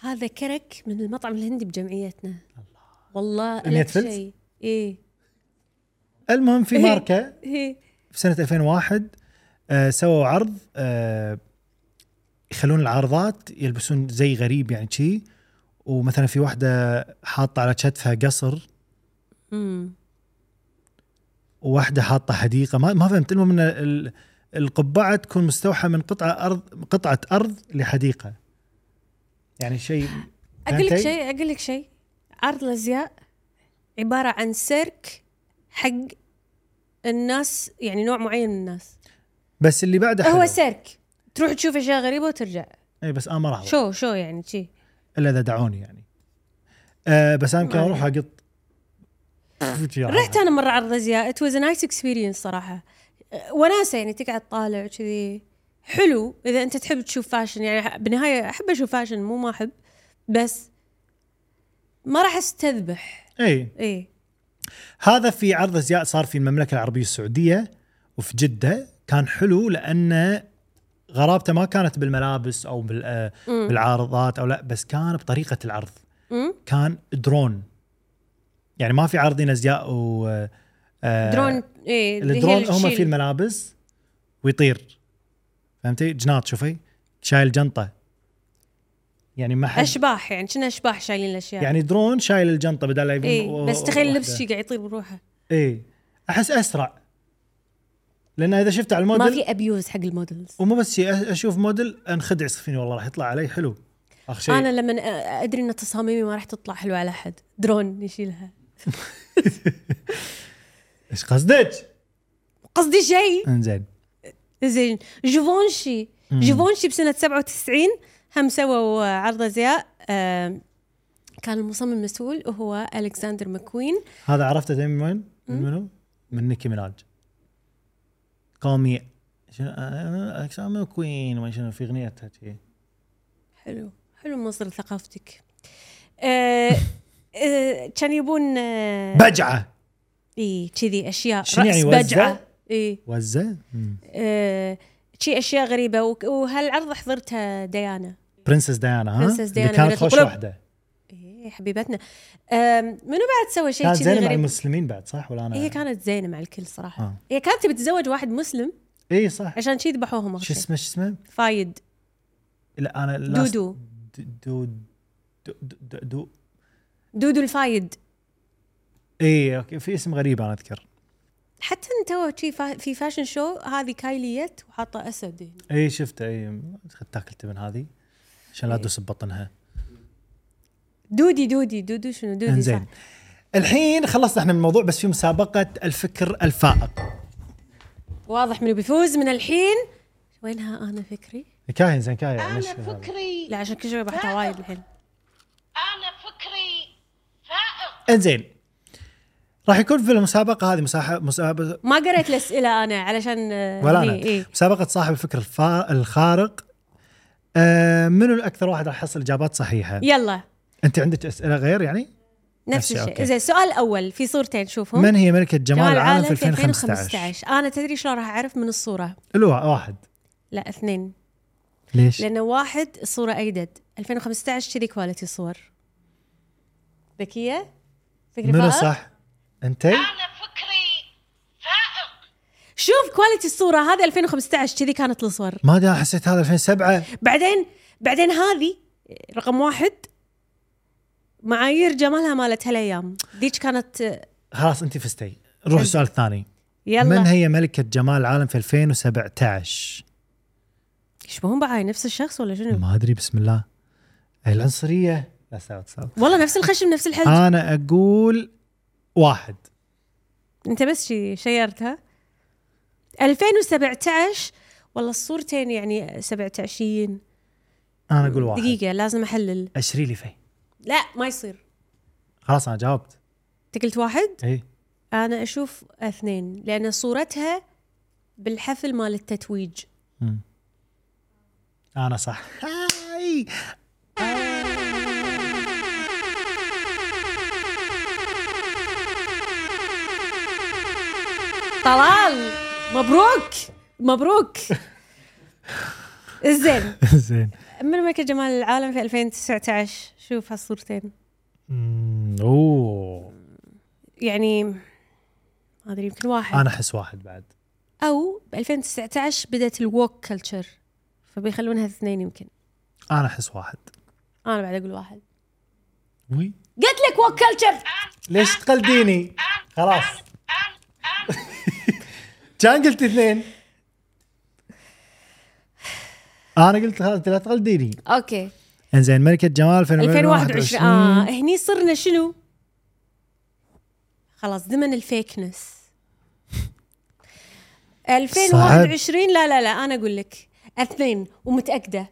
هذا كرك من المطعم الهندي بجمعيتنا والله
إن
ألف
يتفلت؟
شيء ايه
المهم في ماركه
إيه.
في سنه 2001 آه سووا عرض آه يخلون العارضات يلبسون زي غريب يعني شي ومثلا في واحده حاطه على كتفها قصر
أمم.
وواحده حاطه حديقه ما ما فهمت المهم ان ال- القبعه تكون مستوحى من قطعه ارض قطعه ارض لحديقه يعني شيء
اقول لك
فهمتي؟
شيء اقول لك شيء عرض الازياء عباره عن سيرك حق الناس يعني نوع معين من الناس
بس اللي بعده
هو
حلو.
سيرك تروح تشوف اشياء غريبه وترجع
اي بس انا ما راح أروح.
شو شو يعني شي
الا اذا دعوني يعني آه بس انا يمكن
ما
اروح اقط *laughs*
رحت انا مره عرض ازياء ات واز نايس اكسبيرينس صراحه أه، وناسه يعني تقعد طالع كذي حلو اذا انت تحب تشوف فاشن يعني أح- بالنهايه احب اشوف فاشن مو ما احب بس ما راح إيه. استذبح
اي
اي
هذا في عرض ازياء صار في المملكه العربيه السعوديه وفي جده كان حلو لانه غرابته ما كانت بالملابس او بال- آه، بالعارضات او لا بس كان بطريقه العرض
مم.
كان درون يعني ما في عارضين ازياء و آه،
درون اي اللي هي
الدرون هم
الشيل.
في الملابس ويطير فهمتي جناط شوفي شايل جنطه يعني ما حد
اشباح يعني كنا اشباح شايلين الاشياء يعني
يعني درون شايل الجنطه بدل لا يبون
اي
و-
بس تخيل
واحدة.
لبس شي قاعد يطير بروحه
اي احس اسرع لان اذا شفت على
ما
الموديل
في ابيوز حق المودلز
ومو بس شي، أ- اشوف موديل انخدع صفيني والله راح يطلع علي حلو اخ شيء
انا لما أ- ادري ان تصاميمي ما راح تطلع حلوه على احد درون يشيلها
ايش قصدك؟
قصدي شيء
انزين
زين جوفونشي جوفونشي بسنة 97 هم سووا عرض ازياء آم، كان المصمم المسؤول وهو الكسندر ماكوين
هذا عرفته تدري من وين؟ من منو؟ من نيكي ميناج قومي شنو آه، اكسام كوين ما شنو في اغنيتها شي
حلو حلو مصدر ثقافتك آه، آه، كان يبون آه،
بجعه
اي كذي اشياء
شنو يعني
راس
وزة؟
بجعه اي
وزه مم.
آه، شي اشياء غريبه وك- وهالعرض حضرتها ديانا
برنسس ديانا ها
برنسس ديانا
اللي كانت
بنت
خوش
القلوب.
واحده
اي حبيبتنا آم، منو بعد سوى شيء
كانت
كذي
زينه مع
غريب
المسلمين بعد صح ولا انا
هي كانت زينه مع الكل صراحه
آه.
هي كانت تبي تتزوج واحد مسلم
اي إيه، صح
عشان شي ذبحوهم اخر
شو
شيء
اسمه شو اسمه
فايد
لا انا last-
دودو.
د- دو دو دو, دو.
دودو الفايد
اي اوكي إيه، في اسم غريب انا اذكر
حتى ان تو شي فا- في فاشن شو هذه كايليت وحاطه اسد هنا.
اي إيه، شفته اي تاكل تبن هذه عشان لا
إيه.
تدوس ببطنها
دودي دودي دودو شنو دودي صح
انزين الحين خلصنا احنا من الموضوع بس في مسابقه الفكر الفائق
واضح منو بيفوز من الحين وينها انا فكري؟
كاهن زين كاهن
أنا
ليش
فكري
لا عشان كل شوي بحطها وايد الحين
أنا فكري فائق
انزين راح يكون في المسابقه هذه مساحه مسابقه
ما قريت الاسئله انا علشان آه،
ولا
هني،
انا
إيه.
مسابقه صاحب الفكر الفا... الخارق آه منو الاكثر واحد راح يحصل اجابات صحيحه
يلا
انت عندك اسئله غير يعني
نفس
نفسي،
الشيء
أوكي.
زين السؤال الاول في صورتين شوفهم
من هي ملكه جمال العالم في 2015
2015 انا تدري شلون راح اعرف من الصوره
الوا واحد
لا اثنين
ليش
لانه واحد الصوره ايدد 2015 كذي كواليتي صور ذكيه فكري
منو
فائق؟
صح انت
أنا فكري فائق
شوف كواليتي الصوره هذه 2015 كذي كانت الصور
ما ادري أنا حسيت هذا 2007
بعدين بعدين هذه رقم واحد معايير جمالها مالت هالايام ذيك كانت
خلاص انت فزتي نروح السؤال الثاني
يلا
من هي ملكه جمال العالم في 2017
يشبهون بعض نفس الشخص ولا شنو؟
ما ادري بسم الله العنصريه لا استوعب صعب
والله نفس الخشم نفس الحلج
انا اقول واحد
انت بس شي شيرتها 2017 والله الصورتين يعني 17
انا اقول واحد دقيقه
دقيقة لازم احلل
اشري لي فيه
لا ما يصير
خلاص انا جاوبت إيه،
انت قلت واحد
اي
انا اشوف اثنين لان صورتها بالحفل مال التتويج
انا *laughs* صح هاي
طلال مبروك مبروك زين
زين
من ملكة جمال العالم في 2019 شوف هالصورتين
أمم، اوه
يعني ما ادري يمكن واحد
انا احس واحد بعد
او ب 2019 بدات الووك كلتشر فبيخلونها اثنين يمكن
انا احس واحد
انا بعد اقول واحد
وي
قلت لك ووك كلتشر
ليش تقلديني
*laughs*
خلاص كان قلت اثنين انا قلت خلاص أنت لا تقلديني
اوكي
انزين ملكة جمال في
2021 اه هني صرنا شنو؟ خلاص زمن الفيكنس 2021 لا لا لا انا اقول لك اثنين ومتاكده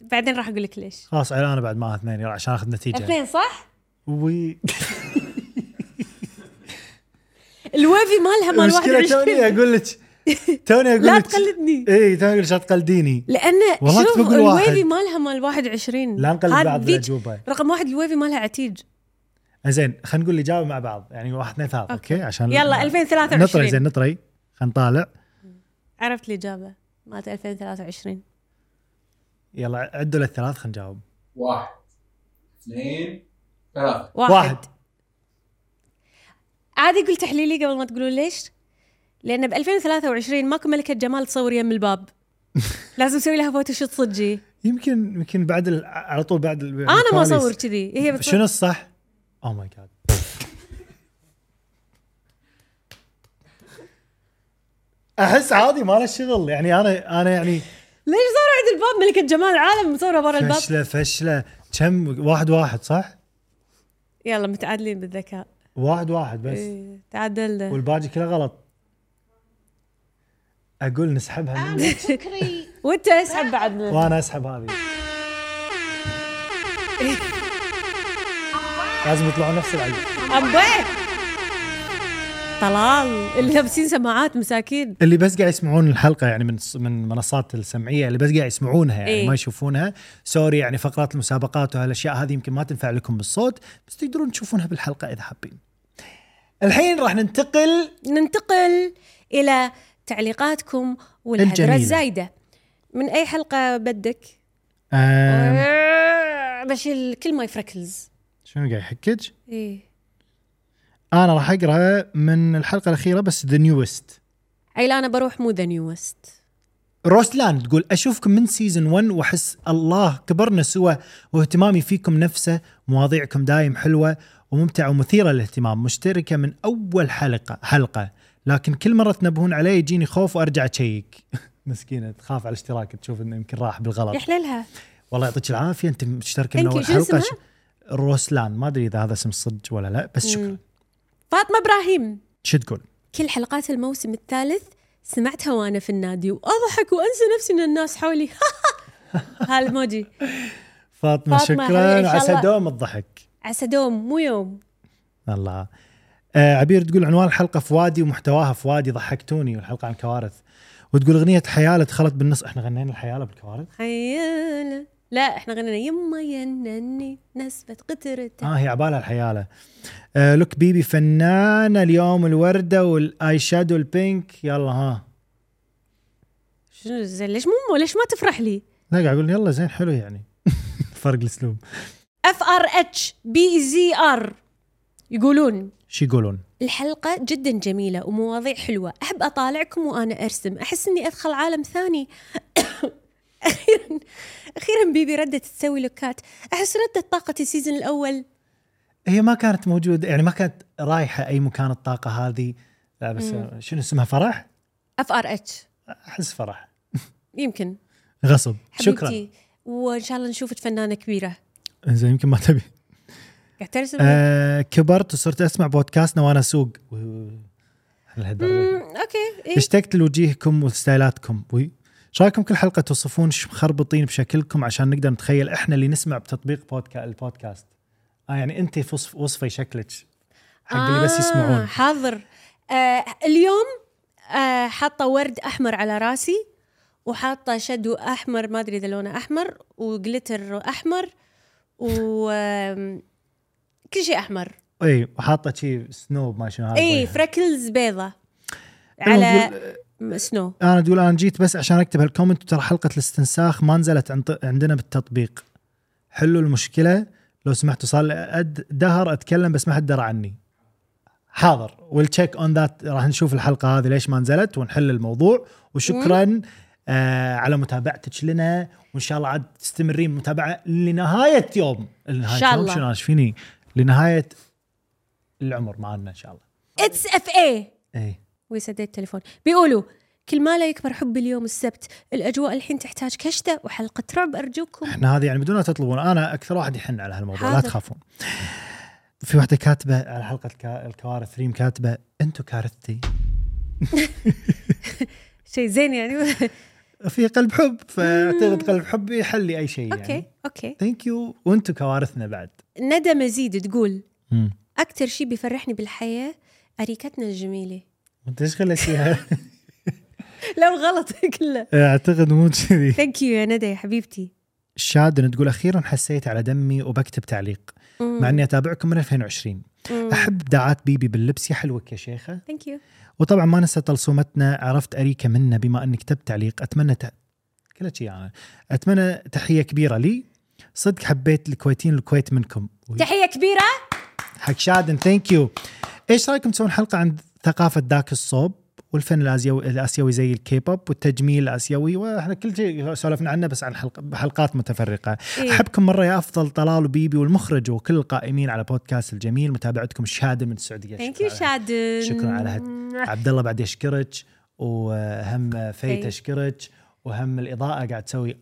بعدين راح اقول لك ليش
خلاص عيل انا بعد ما اثنين يلا عشان اخذ نتيجة
اثنين صح؟ *laughs*
وي
الويفي مالها مال
المشكلة
21
توني اقول
*laughs*
لك توني اقول لك
لا تقلدني.
اي توني اقول لك لا تقلديني
لان
والله
شوف
كنت بقول واحد.
الويفي مالها مال 21
لا نقلب
هذا
بعض
ذيج-
بالأجوبة.
رقم واحد الويفي مالها عتيج
زين خلينا نقول الإجابة مع بعض يعني واحد اثنين ثلاثة اوكي عشان
يلا
نطري
2023
زين نطري خلينا نطالع
عرفت الاجابه مالت 2023
يلا عدوا للثلاث خلينا نجاوب
واحد اثنين ثلاثة
واحد
عادي قلت تحليلي قبل ما تقولون ليش؟ لان ب 2023 ماكو ملكه جمال تصور
*laughs*
يم الباب لازم اسوي لها فوتوشوت صجي
يمكن يمكن بعد ال- على طول بعد ال-
انا ما
الكواليس.
اصور كذي هي بتصور
شنو الصح؟ Oh او ماي جاد احس عادي ما له شغل يعني انا انا يعني
ليش صور عند الباب ملكه جمال العالم مصوره برا الباب
فشله فشله كم واحد واحد صح؟
يلا متعادلين بالذكاء
واحد واحد بس
إيه، تعادلنا
والباقي كله غلط اقول نسحبها مني
فكري
وانت اسحب بعد
وانا اسحب هذه
إيه.
لازم يطلعون نفس العدد
أبي طلال اللي لابسين سماعات مساكين
اللي بس قاعد يسمعون الحلقه يعني من من منصات السمعيه اللي بس قاعد يسمعونها يعني
إيه.
ما يشوفونها سوري يعني فقرات المسابقات وهالاشياء هذه يمكن ما تنفع لكم بالصوت بس تقدرون تشوفونها بالحلقه اذا حابين. الحين راح ننتقل
ننتقل الى تعليقاتكم والهدره
الجميلة.
الزايده من اي حلقه بدك
آم،
آه، بشيل كل ماي فريكلز
شنو قاعد يحكج؟
ايه
انا راح اقرا من الحلقه الاخيره بس ذا نيوست
انا بروح مو ذا نيوست
روسلان تقول اشوفكم من سيزون 1 واحس الله كبرنا سوا واهتمامي فيكم نفسه مواضيعكم دايم حلوه وممتعه ومثيره للاهتمام مشتركه من اول حلقه حلقه لكن كل مره تنبهون علي يجيني خوف وارجع *laughs* اشيك مسكينه تخاف على الاشتراك تشوف انه يمكن راح بالغلط
يحللها
والله يعطيك العافيه انت مشتركه من
Thank you.
اول
شو
حلقه
اسمها؟
ش- روسلان ما ادري اذا هذا اسم صدق ولا لا بس شكرا
فاطمه ابراهيم
شو تقول؟
كل حلقات الموسم الثالث سمعتها وانا في النادي واضحك وانسى نفسي ان الناس حولي *laughs* هالموجي
فاطمه,
فاطمة، حبيبي، إن
شكرا
شاء
عسى
الله.
دوم الضحك
عسى دوم مو يوم
الله آه عبير تقول عنوان الحلقه في وادي ومحتواها في وادي ضحكتوني والحلقه عن كوارث وتقول اغنيه حياله دخلت بالنص احنا غنينا الحياله بالكوارث
حيانا لا احنا غنينا يما ينني نسبة قطرته
اه هي عبالها الحياله آه لوك بيبي فنانه اليوم الورده والاي شادو البينك يلا ها
شنو زين ليش مو ليش ما تفرح لي؟
لا قاعد اقول يلا زين حلو يعني *laughs* فرق الاسلوب
اف ار اتش بي زي ار يقولون
شو يقولون؟
الحلقة جدا جميلة ومواضيع حلوة أحب أطالعكم وأنا أرسم أحس أني أدخل عالم ثاني *coughs* أخيرا أخيرا بيبي ردت تسوي لوكات أحس ردت طاقة السيزون الأول
هي ما كانت موجوده يعني ما كانت رايحه اي مكان الطاقه هذه لا بس آه، شنو اسمها فرح؟
اف ار اتش
احس فرح
يمكن
غصب شكرا
حبيبتي وان شاء الله نشوفك فنانه كبيره
زين يمكن ما تبي
قاعد ترسم
آه كبرت وصرت اسمع بودكاستنا وانا اسوق
مم، اوكي إيه.
اشتقت لوجيهكم وستايلاتكم وي ايش رايكم كل حلقه توصفون ايش مخربطين بشكلكم عشان نقدر نتخيل احنا اللي نسمع بتطبيق بودكا البودكاست اه يعني انت في وصف وصفي شكلك حق اللي بس
آه
يسمعون
حاضر آه اليوم آه حاطه ورد احمر على راسي وحاطه شدو احمر ما ادري اذا لونه احمر وجلتر احمر و آم، كل شيء احمر
اي وحاطه شي سنو ما شنو هذا
اي
وجهها.
فريكلز بيضة
المهم
على
تقول-
سنو
انا تقول انا جيت بس عشان اكتب هالكومنت وترى حلقه الاستنساخ ما نزلت عند- عندنا بالتطبيق حلوا المشكله لو سمحتوا صار لي أد- دهر اتكلم بس ما حد درى عني حاضر ويل تشيك اون ذات راح نشوف الحلقه هذه ليش ما نزلت ونحل الموضوع وشكرا آه على متابعتك لنا وان شاء الله عاد تستمرين متابعه لنهايه يوم لنهايه
شاء
يوم
الله.
شنو أنا شفيني لنهايه العمر معنا ان شاء الله إيه.
اتس اف اي
اي
ويسديت التليفون بيقولوا كل ما لا يكبر حبي اليوم السبت الاجواء الحين تحتاج كشته وحلقه رعب ارجوكم
احنا هذه يعني بدون لا تطلبون انا اكثر واحد يحن على هالموضوع لا
حاضر.
تخافون في واحده كاتبه على حلقه الكا- الكوارث ريم كاتبه انتو كارثتي
شيء زين يعني *laughs*
في قلب حب فاعتقد قلب حب يحل لي اي شيء
اوكي
يعني
اوكي
ثانك يو وانتو كوارثنا بعد
ندى مزيد تقول
مم.
اكثر شيء بيفرحني بالحياه اريكتنا الجميله
انت ايش غلت فيها؟
*laughs*
*laughs*
لا غلط *laughs* كله
اعتقد مو كذي
ثانك يو يا ندى يا حبيبتي
شادن تقول اخيرا حسيت على دمي وبكتب تعليق مع اني اتابعكم من 2020 احب دعات بيبي باللبس يا حلوك يا شيخه
ثانك يو
وطبعا ما ننسى تلصومتنا عرفت اريكا منا بما اني كتبت تعليق اتمنى ت... كلها شيء يعني. اتمنى تحيه كبيره لي صدق حبيت الكويتين الكويت منكم
تحيه كبيره
حق شادن ثانك يو ايش رايكم تسوون حلقه عن ثقافه ذاك الصوب والفن الاسيوي الاسيوي زي الكيبوب والتجميل الاسيوي واحنا كل شيء سولفنا عنه بس عن حلق... حلقات متفرقه
إيه.
احبكم مره يا افضل طلال وبيبي والمخرج وكل القائمين على بودكاست الجميل متابعتكم شادن من السعوديه
ثانك
شكراً
يو
على
شادن
شكراً على هاد- عبد الله بعد يشكرك وهم في
في.
تشكرك وهم الاضاءه قاعد تسوي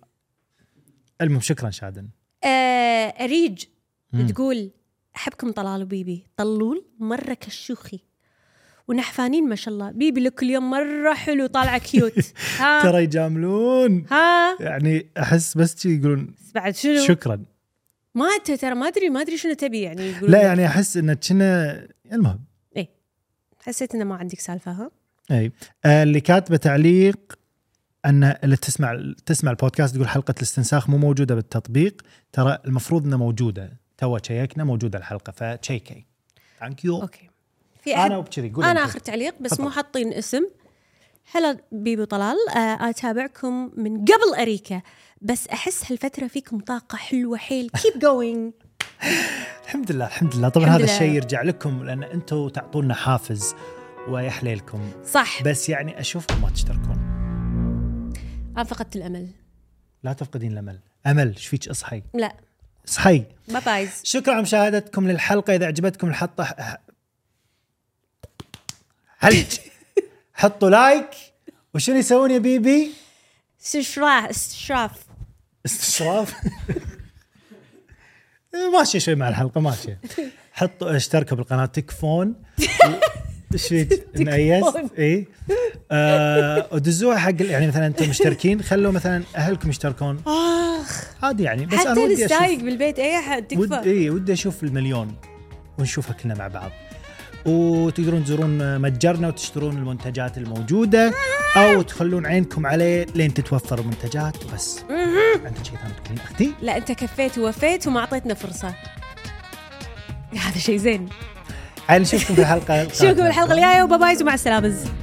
المهم شكرا شادن
*laughs* آه، اريج
مم.
تقول احبكم طلال وبيبي طلول مره كشوخي ونحفانين ما شاء الله بيبي لك كل يوم مره حلو طالعه
*laughs*
كيوت ها
ترى يجاملون
ها
يعني احس بس شي يقولون
بس بعد شنو
شكرا
ما انت ترى ما ادري ما ادري شنو تبي يعني يقولون
لا يعني احس ان كنا المهم
حسيت انه ما عندك سالفه ها
اي آه، اللي كاتبه تعليق ان اللي تسمع تسمع البودكاست تقول حلقه الاستنساخ مو موجوده بالتطبيق ترى المفروض انها موجوده تو شيكنا موجوده الحلقه فتشيكي ثانك يو
اوكي في احد
انا وبكذي قول
انا
أنت.
اخر تعليق بس
تفضل.
مو حاطين اسم هلا بيبي طلال آه، اتابعكم من قبل اريكا بس احس هالفتره فيكم طاقه حلوه حيل كيب جوينج
الحمد لله الحمد لله طبعا
الحمد
هذا
لله.
الشيء يرجع لكم لان انتم تعطونا حافز ويحليلكم
صح
بس يعني اشوفكم ما تشتركون
انا فقدت الامل
لا تفقدين الامل امل ايش فيك اصحي
لا
اصحي
ما بايز
شكرا على مشاهدتكم للحلقه اذا عجبتكم الحطه حلج حطوا لايك وشنو يسوون يا بيبي
استشراف استشراف
استشراف *laughs* إيه، ماشي شوي مع الحلقه ماشي حطوا اشتركوا بالقناه تكفون ايش فيك؟ نيست اي آه، ودزوها حق ال- يعني مثلا انتم مشتركين خلوا مثلا اهلكم يشتركون
اخ
عادي يعني بس انا
حتى
ودي اشوف
السايق بالبيت اي احد
ود
تكفى
اي ودي إيه. اشوف المليون ونشوفها كلنا مع بعض وتقدرون تزورون متجرنا وتشترون المنتجات الموجوده او تخلون عينكم عليه لين تتوفر المنتجات وبس عندك شيء ثاني تقولين اختي
لا انت كفيت ووفيت وما اعطيتنا
*laughs*
فرصه هذا شيء زين
عاد نشوفكم في الحلقه طيب.
نشوفكم الحلقه الجايه وباي بايز ومع السلامه